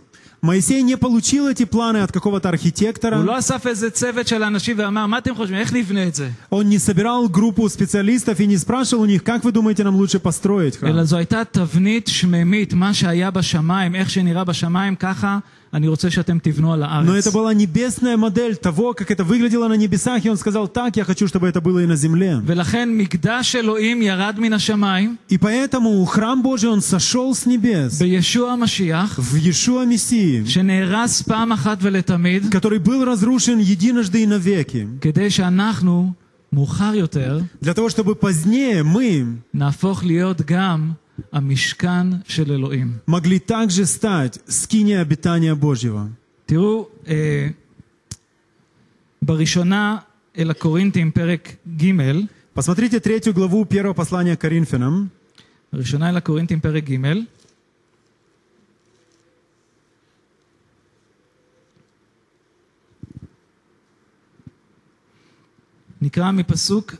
Моисей не получил эти планы от какого-то
הוא
архитектора,
לא אסף איזה צוות של אנשים ואמר, מה אתם חושבים, איך נבנה את זה?
он не собирал группу специалистов и не спрашивал у них, как вы думаете, нам лучше построить храм.
אלא זו הייתה תבנית שממית, מה שהיה בשמיים, איך שנראה בשמיים, ככה אני רוצה שאתם תבנו על
Но
הארץ.
это была небесная модель того, как это выглядело на небесах, и он сказал, так, я хочу, чтобы это было и на земле.
ולכן מקדש אלוהים ירד מן השמיים,
И поэтому храм Божий, он сошел с небес
בישוע המשיח,
в Иешуа Мессии,
שנהרס פעם אחת ולתמיד,
который был разрушен единожды и навеки,
כדי שאנחנו, מאוחר יותר,
для того, чтобы позднее мы
נהפוך להיות גם המשכן של אלוהים.
могли также стать скиней обитания Божьего.
תראו, אה, בראשונה אל הקורינתים, פרק ג',
Посмотрите третью главу первого послания к Коринфянам,
ראשונה אל הקורינתים פרק ג', נקרא מפסוק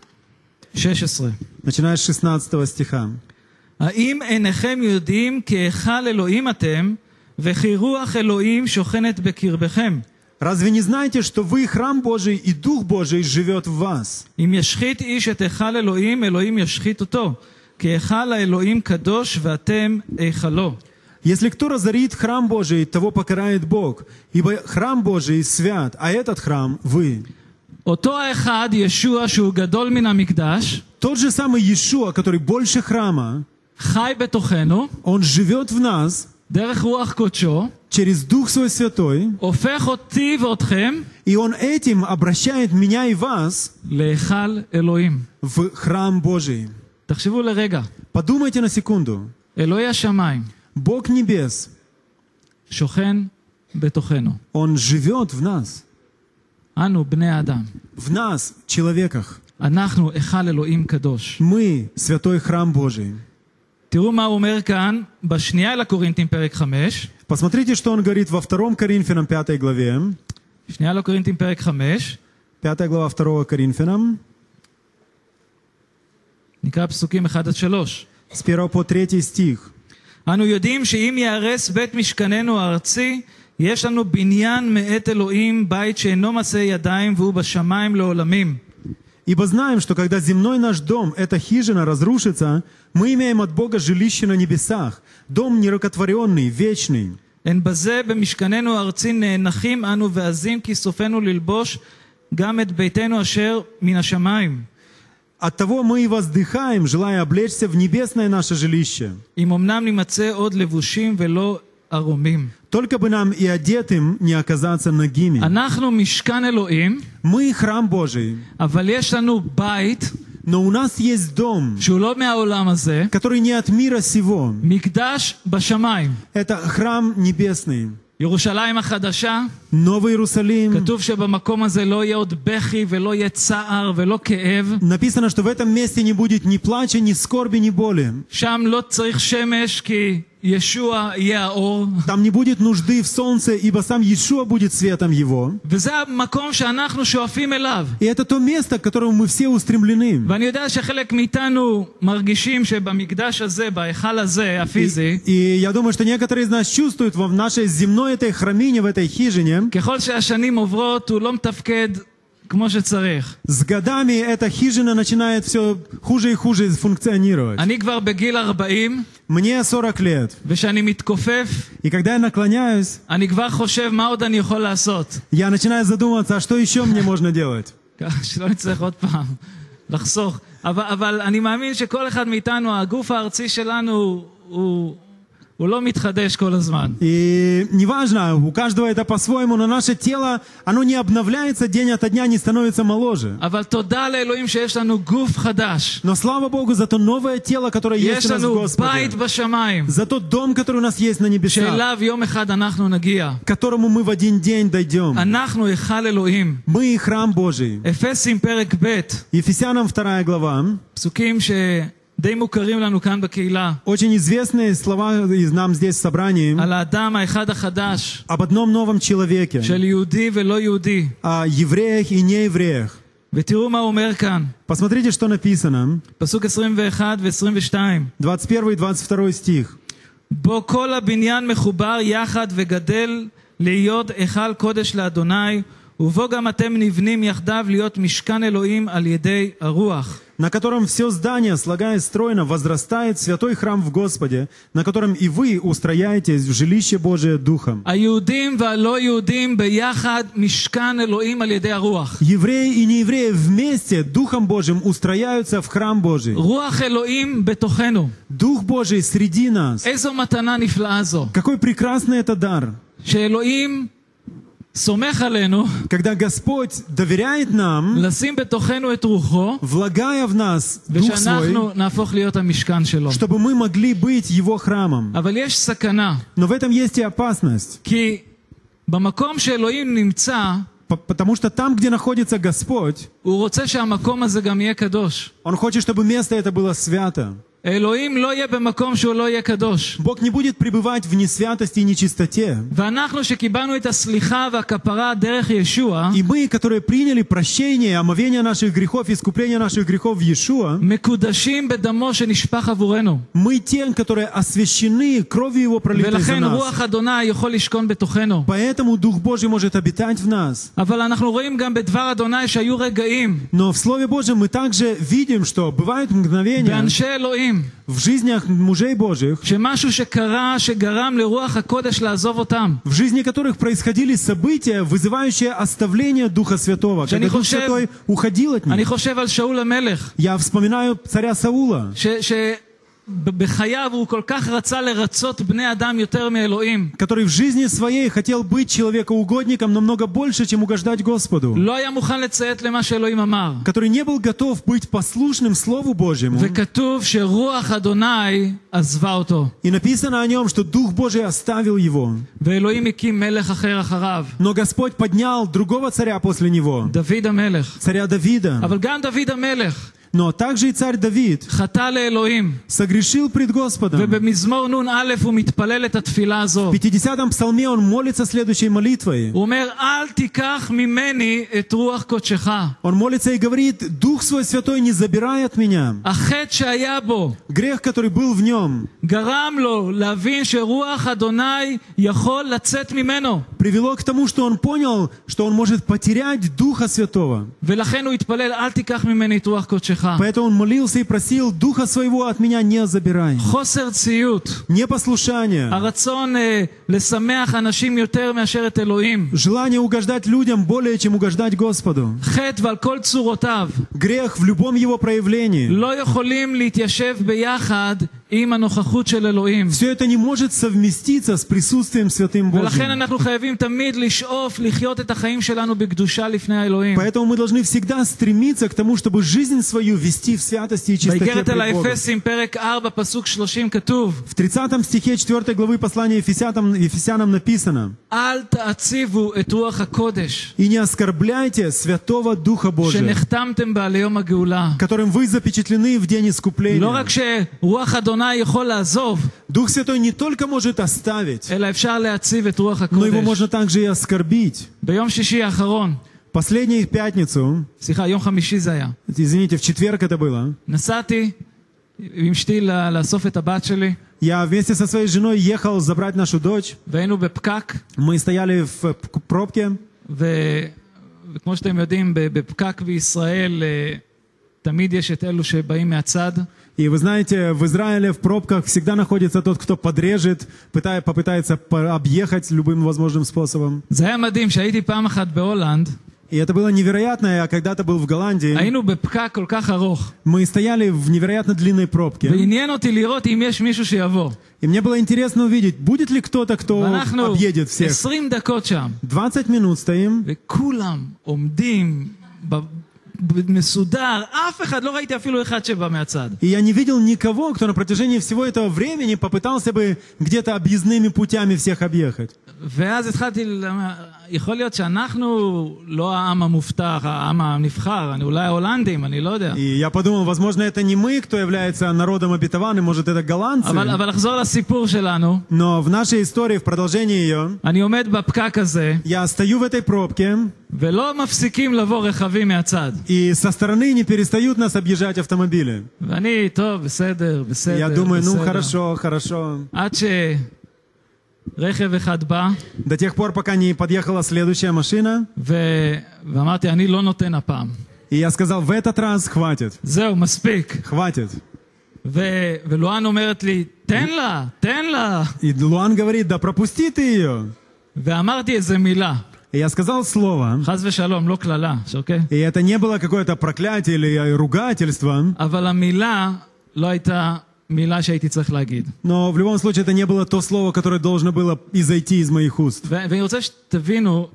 16.
начиная с 16 стиха.
האם אינכם יודעים כי היכל אלוהים אתם, וכי רוח אלוהים שוכנת בקרבכם?
«Разве не знаете, что вы храм Божий, и Дух Божий живет в вас?
אם ישחית איש את היכל אלוהים, אלוהים ישחית אותו. כי היכל האלוהים קדוש ואתם היכלו.
Если кто разорит храм Божий, того покарает Бог, ибо храм Божий свят, а этот храм – вы».
אותו האחד, ישוע, שהוא גדול מן המקדש,
Тот же самый Иешуа, который больше храма,
חי בתוכנו,
он живет в нас
דרך רוח קודשו,
через Дух Свой Святой,
הופך אותי ואתכם
и он этим обращает меня и вас
להיכל אלוהים.
в храм Божий.
תחשבו לרגע,
Подумайте на секунду.
אלוהי השמיים
Бог небес,
שוכן בתוכנו.
он живет в нас,
אנו בני האדם,
в нас, человеках.
אנחנו היכל אלוהים קדוש.
Мы святой храм Божий.
תראו מה הוא אומר כאן, בשנייה אל הקורינתים פרק 5,
Посмотрите, что он говорит во 2 Коринфянам 5 главе.
שנייה אל הקורינתים פרק 5,
5 глава 2 Коринфянам,
נקרא פסוקים 1 עד 3.
с 1 по 3 стих.
אנו יודעים שאם ייהרס בית משכננו הארצי, יש לנו בניין מאת אלוהים, בית שאינו מעשה ידיים והוא בשמיים לעולמים.
Ибо знаем, что когда земной наш дом, эта хижина, разрушится, мы имеем от Бога жилище на небесах, дом нерукотворенный, вечный.
הן בזה במשכננו הארצי נאנחים אנו ועזים כי סופנו ללבוש גם את ביתנו אשר מן השמיים.
Оттого мы и воздыхаем, желая облечься в небесное наше жилище.
אם אמנם נימצא עוד לבושים ולא ערומים.
Только бы нам и одетым не оказаться нагими.
אנחנו משכן אלוהים,
Мы храм Божий,
אבל יש לנו בית
но у нас есть дом,
שהוא לא מהעולם הזה,
который не от мира сего.
מקדש בשמיים.
Это храм небесный.
ירושלים החדשה,
Новый Иерусалим.
כתוב שבמקום הזה לא יהיה עוד בכי ולא יהיה צער ולא כאב.
Написано, что в этом месте не будет ни плача, ни скорби, ни боли.
שם לא צריך שמש כי ישוע יהיה האור.
Там не будет нужды в солнце, ибо сам Иешуа будет светом его.
וזה המקום שאנחנו שואפים אליו.
И это то место, к которому мы все устремлены.
ואני יודע שחלק מאיתנו מרגישים שבמקדש הזה, בהיכל הזה, הפיזי,
И я думаю, что некоторые из нас чувствуют во- в нашей земной этой храмине, в этой хижине,
ככל שהשנים עוברות הוא לא מתפקד כמו שצריך.
с годами эта хижина начинает все хуже и хуже функционировать.
אני כבר בגיל 40,
Мне 40 лет,
וכשאני מתכופף,
и когда я наклоняюсь,
אני כבר חושב מה עוד אני יכול לעשות.
я начинаю задумываться, а что еще мне можно делать?
ככה שלא נצטרך עוד פעם לחסוך. אבל, אבל אני מאמין שכל אחד מאיתנו, הגוף הארצי שלנו, הוא, הוא לא מתחדש כל הזמן.
И неважно, у каждого это по-своему, но наше тело, оно не обновляется день ото дня, не становится моложе.
אבל תודה לאלוהים שיש לנו גוף חדש.
Но слава Богу за то новое тело, которое есть
יש
у нас в
לנו
Господе.
בית בשמיים,
За тот дом, который у нас есть на небесах,
שאליו יום אחד אנחנו נגיע.
к которому мы в один день дойдем.
אנחנו היכל אלוהים.
Мы храм Божий.
אפסים פרק ב',
Ефесянам 2 глава,
פסוקים ש... די מוכרים לנו כאן בקהילה,
Очень известные слова из нам здесь в собрании
על האדם האחד החדש
об одном новом человеке,
של יהודי ולא יהוди.
о евреях и неевреях.
ותראו מה הוא אומר כאן,
Посмотрите, что написано.
פסוק 21 ו-22.
21 и 22 стих.
בו כל הבניין מחובר יחד וגדל להיות היכל קודש לאדוני, ובו גם אתם נבנים יחדיו להיות משכן אלוהים על ידי הרוח.
на котором все здание, слагаясь стройно, возрастает святой храм в Господе, на котором и вы устрояетесь в жилище Божие Духом.
היהודים והלא יהודים ביחד משכן אלוהים על ידי הרוח.
Евреи и неевреи вместе Духом Божьим устрояются в храм Божий.
רוח אלוהים בתוכנו.
Дух Божий среди нас.
איזו מתנה נפלאה זו,
Какой прекрасный это дар,
שאלוהים סומך עלינו
когда Господь доверяет нам,
לשים בתוכנו את רוחו,
влагая в нас Дух Свой,
ושאנחנו נהפוך להיות המשכן שלו.
чтобы мы могли быть Его храмом.
אבל יש סכנה,
Но в этом есть и опасность,
כי במקום שאלוהים נמצא,
по- потому что там, где находится Господь,
הוא רוצה שהמקום הזה גם יהיה קדוש.
Он хочет, чтобы место это было свято.
אלוהים לא יהיה במקום שהוא לא יהיה קדוש.
Бог не будет пребывать в несвятости и нечистоте.
ואנחנו שקיבלנו את הסליחה והכפרה דרך ישוע,
И мы, которые приняли прощение, омовение наших грехов, искупление наших грехов в Иешуа,
מקודשים בדמו שנשפך עבורנו.
мы те, которые освящены кровью Его пролитой за
ולכן
нас.
רוח אדוני יכול לשכון בתוכנו.
Поэтому Дух Божий может обитать в нас.
אבל אנחנו רואים גם בדבר אדוני שהיו רגעים
Но в Слове Божьем мы также видим, что бывают мгновения
באנשי אלוהים,
в жизнях мужей Божьих,
שמשהו שקרה, שגרם לרוח הקודש לעזוב אותם.
в жизни которых происходили события, вызывающие оставление Духа Святого, когда Дух
хушев-
Святой уходил от
אני
них.
חושב על שאול המלך,
Я вспоминаю царя Саула,
שבחייו הוא כל כך רצה לרצות בני אדם יותר מאלוהים.
который в жизни своей хотел быть человекоугодником намного больше, чем угождать Господу,
לא היה מוכן לציית למה שאלוהים אמר.
который не был готов быть послушным Слову Божьему.
וכתוב שרוח אדוני עזבה אותו,
И написано о нем, что Дух Божий оставил его.
ואלוהים הקים מלך אחר אחריו,
Но Господь поднял другого царя после него,
דוד המלך.
царя Давида.
אבל גם דוד המלך
Но также и царь Давид
חטא לאלוהים,
согрешил пред Господом.
ובמזמור נ"א הוא מתפלל את התפילה הזו.
В 50-м псалме он молится следующей молитвой.
הוא אומר, אל תיקח ממני את רוח קודשך.
Он молится и говорит, «Дух свой святой не забирай от меня».
החטא שהיה בו
Грех, который был в нем,
גרם לו להבין שרוח אדוני יכול לצאת ממנו,
привело к тому, что он понял, что он может потерять Духа Святого.
ולכן הוא התפלל, אל תיקח ממני את רוח קודשך.
Поэтому он молился и просил, «Духа своего от меня не забирай».
חוסר ציות, А.
Непослушание,
הרצון אה, לשמח אנשים יותר מאשר את אלוהים,
желание угождать людям более, чем угождать Господу.
חטא ועל כל צורותיו,
Грех в любом его проявлении.
לא יכולים להתיישב ביחד עם הנוכחות של אלוהים.
Все это не может совместиться с присутствием Святым
ולכן
Божьим.
אנחנו חייבים תמיד לשאוף לחיות את החיים שלנו בקדושה לפני האלוהים.
Поэтому мы должны всегда стремиться к тому, чтобы жизнь свою вести в святости и чистоте
באיגרת אל
пред Богом.
האפסים, פרק 4, פסוק 30, כתוב:
В 30 стихе 4 главы послания Ефесятам- Ефесянам написано
אל תעציבו את רוח הקודש,
«И не оскорбляйте Святого Духа Божия,
שנחתמתם בה ליום הגאולה.
которым вы запечатлены в день искупления».
לא רק שרוח אדוני יכול לעזוב,
Дух Святой не только может оставить,
אלא אפשר להציב את רוח
но его
הקודש.
можно также и оскорбить.
ביום שישי האחרון,
Последнюю пятницу,
סליחה, יום חמישי זה היה,
извините, в четверг это было,
נסעתי עם אשתי ל- לאסוף את הבת שלי,
я вместе со своей женой ехал забрать нашу дочь.
והיינו בפקק,
Мы стояли в п- пробке.
ו- וכמו שאתם יודעים, ב- בפקק בישראל אה, תמיד יש את אלו שבאים מהצד,
И вы знаете, в Израиле в пробках всегда находится тот, кто подрежет, пытая, попытается по- объехать любым возможным способом.
זה היה מדהים שהייתי פעם אחת בהולנד,
И это было невероятно. Я когда-то был в Голландии.
היינו בפקק כל כך ארוך,
Мы стояли в невероятно длинной пробке.
ועניין אותי לראות אם יש מישהו שיבוא.
И мне было интересно увидеть, будет ли кто-то, кто
ואנחנו
объедет всех.
20 דקות שם,
20 минут стоим,
וכולם עומדים ב- מסודר, אף אחד, לא ראיתי אפילו אחד שבא מהצד.
И я не видел никого, кто на протяжении всего этого времени попытался бы где-то объездными путями всех объехать.
ואז התחלתי, ל- יכול להיות שאנחנו לא העם המובטח, העם הנבחר, אני אולי ההולנדים, אני לא יודע.
И я подумал, возможно, это не мы, кто является народом обетованным, может, это голландцы.
אבל, אבל לחזור לסיפור שלנו,
Но в нашей истории, в продолжении ее,
אני עומד בפקק הזה,
я стою в этой пробке,
ולא מפסיקים לבוא רכבים מהצד.
и со стороны не перестают нас объезжать автомобили.
ואני, טוב, בסדר, בסדר,
Я думаю, ну
בסדר.
хорошо, хорошо.
עד שרכב אחד בא,
До тех пор, пока не подъехала следующая машина,
ו... ואמרתי, אני לא נותן הפעם.
и я сказал, в этот раз хватит,
זהו, מספיק.
хватит.
ו... ולואן אומרת לי, תן לה, תן לה.
И Луан говорит, да пропусти ты ее.
ואמרתי איזה מילה,
И я сказал слово,
חס ושלום, לא קללה, אוקיי?
и это не было какое-то проклятие или ругательство,
אבל המילה לא הייתה מילה שהייתי צריך להגיד.
но в любом случае это не было то слово, которое должно было изойти из моих уст.
ו... ואני רוצה שתבינו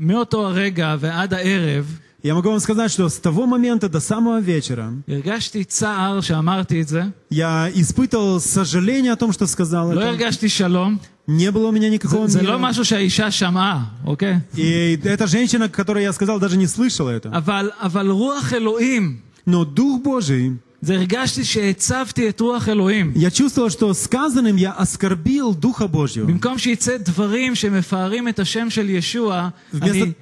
שמאותו הרגע ועד הערב,
Я могу вам сказать, что с того момента до самого вечера
הרגשתי צער שאמרתי את זה,
я испытывал сожаление о том, что сказал
לא
это.
הרגשתי שלום,
Не было у меня
זה,
никакого
זה
мира.
לא משהו שהאישה שמעה, אוקיי?
И эта женщина, которой я сказал, даже не слышала это.
אבל, אבל רוח אלוהים,
Но Дух Божий,
זה הרגשתי שהצבתי את רוח אלוהים.
я чувствовал, что сказанным я оскорбил Духа Божьего.
במקום שיצא דברים שמפארים את השם של ישוע,
ובגלל
אני,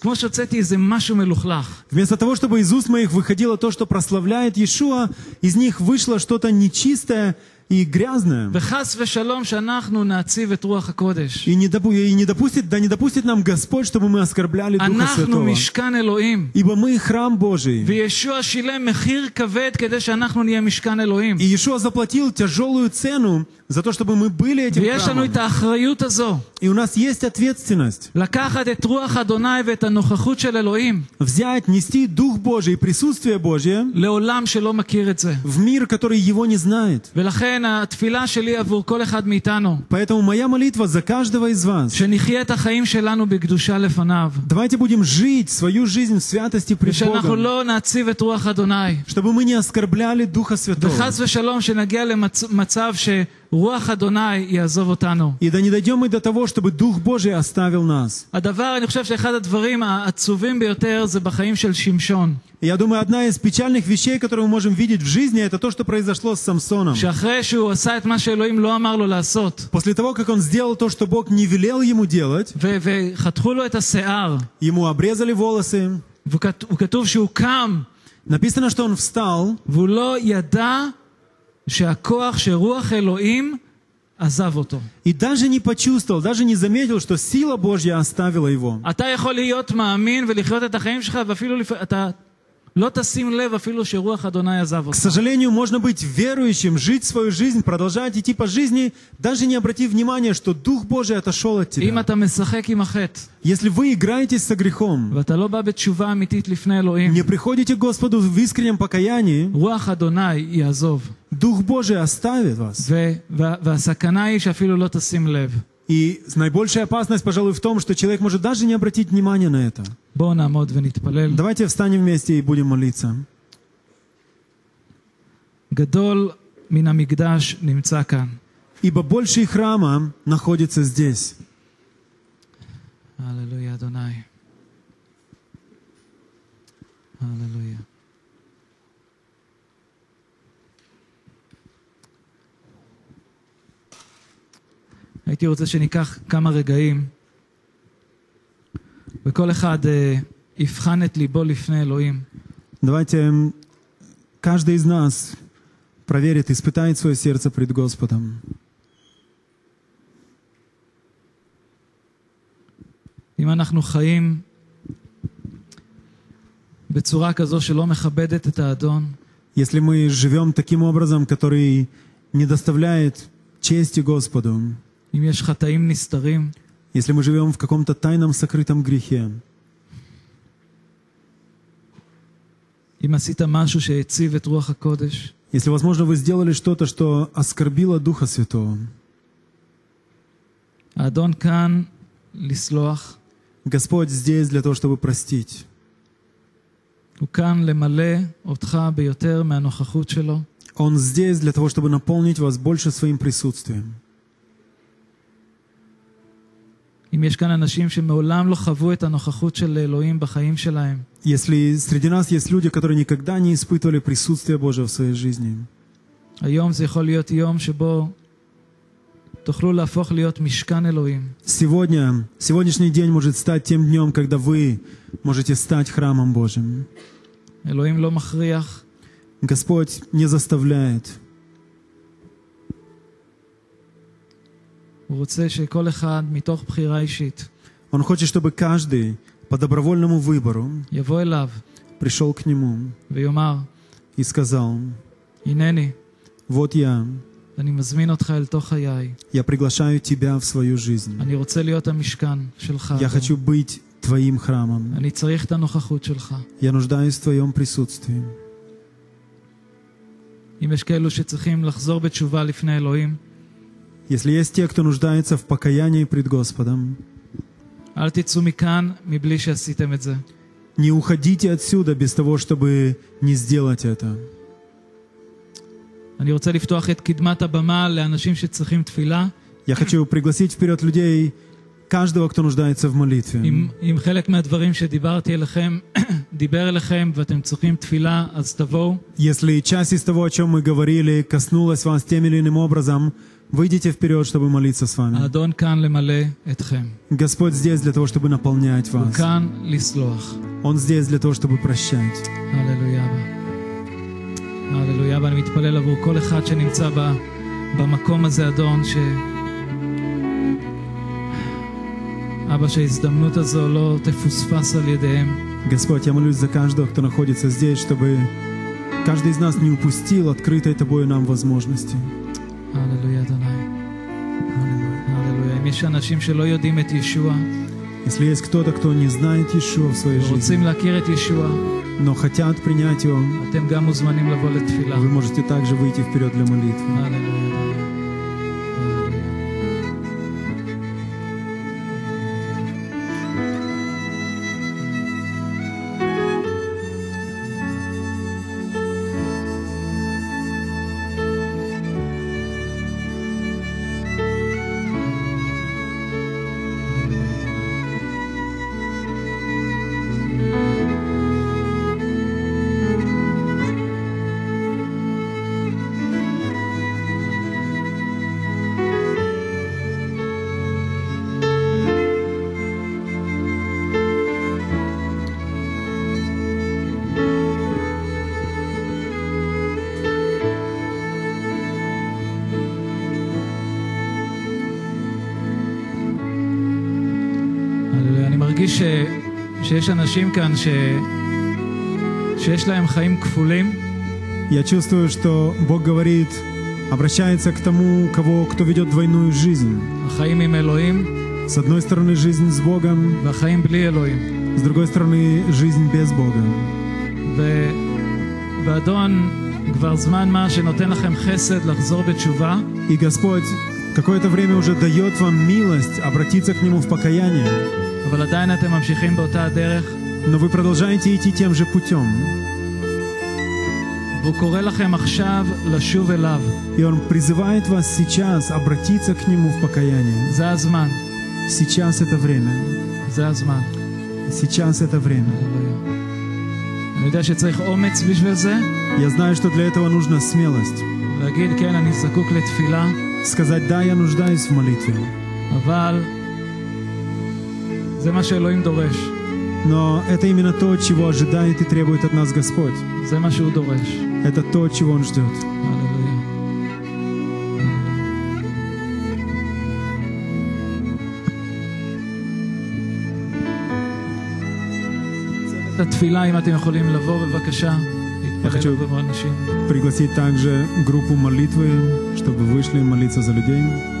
כמו שהוצאתי איזה משהו מלוכלך.
Вместо того, чтобы из уст моих выходило то, что прославляет Иешуа, из них вышло что-то нечистое и грязное.
וחס ושלום שאנחנו נעציב את רוח הקודש.
И не, допу- и не допустит, да не допустит нам Господь, чтобы мы оскорбляли Духа
אנחנו
Святого.
משכן אלוהים,
Ибо мы храм Божий.
וישוע שילם מחיר כבד כדי שאנחנו נהיה משכן אלוהים.
И Иешуа заплатил тяжелую цену за то, чтобы мы были этим
ויש לנו
храмом.
את האחריות הזו,
И у нас есть ответственность
לקחת את רוח אדוני ואת הנוכחות של אלוהים,
взять, нести Дух Божий, и присутствие Божье
לעולם שלא מכיר את זה.
в мир, который его не знает.
ולכן התפילה שלי עבור כל אחד מאיתנו,
Поэтому моя молитва за каждого из вас.
שנחיה את החיים שלנו בקדושה לפניו,
Давайте будем жить свою жизнь в святости пред
ושאנחנו
Богом,
לא נעציב את רוח אדוני.
чтобы мы не оскорбляли Духа Святого.
וחס ושלום שנגיע למצב שרוח אדוני יעזוב אותנו.
И да не дойдем мы до того, чтобы Дух Божий оставил нас.
הדבר, אני חושב שאחד הדברים העצובים ביותר זה בחיים של שמשון.
И Я думаю, одна из печальных вещей, которую мы можем видеть в жизни, это то, что произошло с Самсоном.
שאחרי שהוא עשה את מה שאלוהים לא אמר לו לעשות,
После того, как он сделал то, что Бог не велел ему делать,
ו- וחתכו לו את השיער,
ему обрезали волосы.
וכת- וכתוב שהוא קם,
Написано, что он встал,
והוא לא ידע שהכוח, שרוח אלוהים עזב אותו.
И даже не почувствовал, даже не заметил, что сила Божья оставила его.
אתה יכול להיות מאמין ולחיות את החיים שלך, ואפילו לפ... אתה לא תשים לב אפילו שרוח אדוני עזב
К
אותך.
сожалению, можно быть верующим, жить свою жизнь, продолжать идти по жизни, даже не обратив внимания, что Дух Божий отошел от
אם
тебя.
אתה משחק עם החטא,
Если вы играетесь со грехом,
ואתה לא בא בתשובה אמיתית לפני אלוהים,
не приходите к Господу в искреннем покаянии,
רוח אדוני יעזוב.
Дух Божий оставит вас.
ו- וה- והסכנה היא שאפילו לא תשים לב.
И наибольшая опасность, пожалуй, в том, что человек может даже не обратить внимания на это.
בואו נעמוד ונתפלל.
Давайте встанем вместе и будем молиться.
גדול מן המקדש נמצא כאן.
Ибо больший храма находится здесь.
הללויה, אדוני. הללויה. הייתי רוצה שניקח כמה רגעים, וכל אחד אה, יבחן את ליבו לפני אלוהים.
Давайте м, каждый из нас проверит, испытает свое сердце пред Господом.
אם אנחנו חיים בצורה כזו שלא מכבדת את האדון,
Если мы живем таким образом, который не доставляет чести Господу,
אם יש חטאים נסתרים,
если мы живем в каком-то тайном сокрытом грехе,
אם עשית משהו שהציב את רוח הקודש,
если, возможно, вы сделали что-то, что оскорбило Духа Святого,
האדון כאן לסלוח,
Господь здесь для того, чтобы простить.
הוא כאן למלא אותך ביותר מהנוכחות שלו.
Он здесь для того, чтобы наполнить вас больше своим присутствием.
אם יש כאן אנשים שמעולם לא חוו את הנוכחות של אלוהים בחיים שלהם,
Если среди нас есть люди, которые никогда не испытывали присутствие Божьего в своей жизни,
היום זה יכול להיות יום שבו תוכלו להפוך להיות משכן אלוהים.
сегодня, сегодняшний день может стать тем днем, когда вы можете стать храмом Божьим.
אלוהים לא מכריח,
Господь не заставляет.
הוא רוצה שכל אחד, מתוך בחירה אישית,
Он хочет, чтобы каждый по добровольному выбору
יבוא אליו
пришел к Нему
ויאמר,
и сказал,
הנני,
«Вот я,
אני מזמין אותך אל תוך חיי,
я приглашаю Тебя в свою жизнь.
אני רוצה להיות המשכן שלך.
Я
אדון.
хочу быть Твоим храмом.
אני צריך את הנוכחות שלך.
Я нуждаюсь в Твоем присутствии».
אם יש כאלו שצריכים לחזור בתשובה לפני אלוהים,
Если есть те, кто нуждается в покаянии пред Господом,
אל תצאו מכאן מבלי שעשיתם את זה.
не уходите отсюда без того, чтобы не сделать это.
אני רוצה לפתוח את קדמת הבמה לאנשים שצריכים תפילה.
Я хочу пригласить вперед людей, каждого, кто нуждается в
אם,
молитве.
אם חלק מהדברים שדיברתי אליכם, דיבר אליכם ואתם צריכים תפילה, אז תבואו.
Если часть из того, о чем мы говорили, коснулась вас тем или иным образом, выйдите вперед, чтобы молиться с вами.
האדון כאן למלא אתכם.
Господь здесь для того, чтобы наполнять
הוא
вас.
כאן לסלוח.
Он здесь для того, чтобы прощать.
הללויה. הללויה, ואני מתפלל עבור כל אחד שנמצא ב, במקום הזה, אדון, ש... אבא, שההזדמנות הזו לא תפוספס על ידיהם.
Господь, я молюсь за каждого, кто находится здесь, чтобы каждый из нас не упустил открытой Тобою нам возможности.
הללויה, אדוני. הללויה. אם יש אנשים שלא יודעים את ישוע,
Если есть кто-то, кто не знает Иешуа в своей жизни,
ורוצים להכיר את ישוע,
но хотят принять Его,
אתם גם מוזמנים לבוא לתפילה.
вы можете также выйти вперед для молитвы.
הללויה, אדוני. הללויה. הללויה. אני מרגיש ש... שיש אנשים כאן ש... שיש להם חיים כפולים,
Я чувствую, что Бог говорит, обращается к тому, кого, кто ведет двойную жизнь.
החיים עם אלוהים
С одной стороны, жизнь с Богом,
והחיים בלי אלוהים.
с другой стороны, жизнь без Бога.
ו... ואדון כבר זמן מה שנותן לכם חסד לחזור בתשובה,
И Господь какое-то время уже дает вам милость обратиться к Нему в покаяние,
אבל עדיין אתם ממשיכים באותה הדרך,
но вы продолжаете идти тем же путем.
והוא קורא לכם עכשיו לשוב אליו.
И Он призывает вас сейчас обратиться к Нему в покаяние.
זה הזמן,
Сейчас это время.
זה הזמן.
Сейчас это время.
הללויה. אני יודע שצריך אומץ בשביל זה,
Я знаю, что для этого нужна смелость.
להגיד כן, אני זקוק לתפילה,
Сказать «Да, я нуждаюсь в молитве».
אבל זה מה שאלוהים דורש,
Но это именно то, чего ожидает и требует от нас Господь.
זה מה שהוא דורש.
Это то, чего Он ждет.
הללויה. את התפילה, אם אתם יכולים לבוא בבקשה, להתפלל
חשוב.
עבור אנשים.
Пригласить также группу молитвы, чтобы вышли молиться за людей.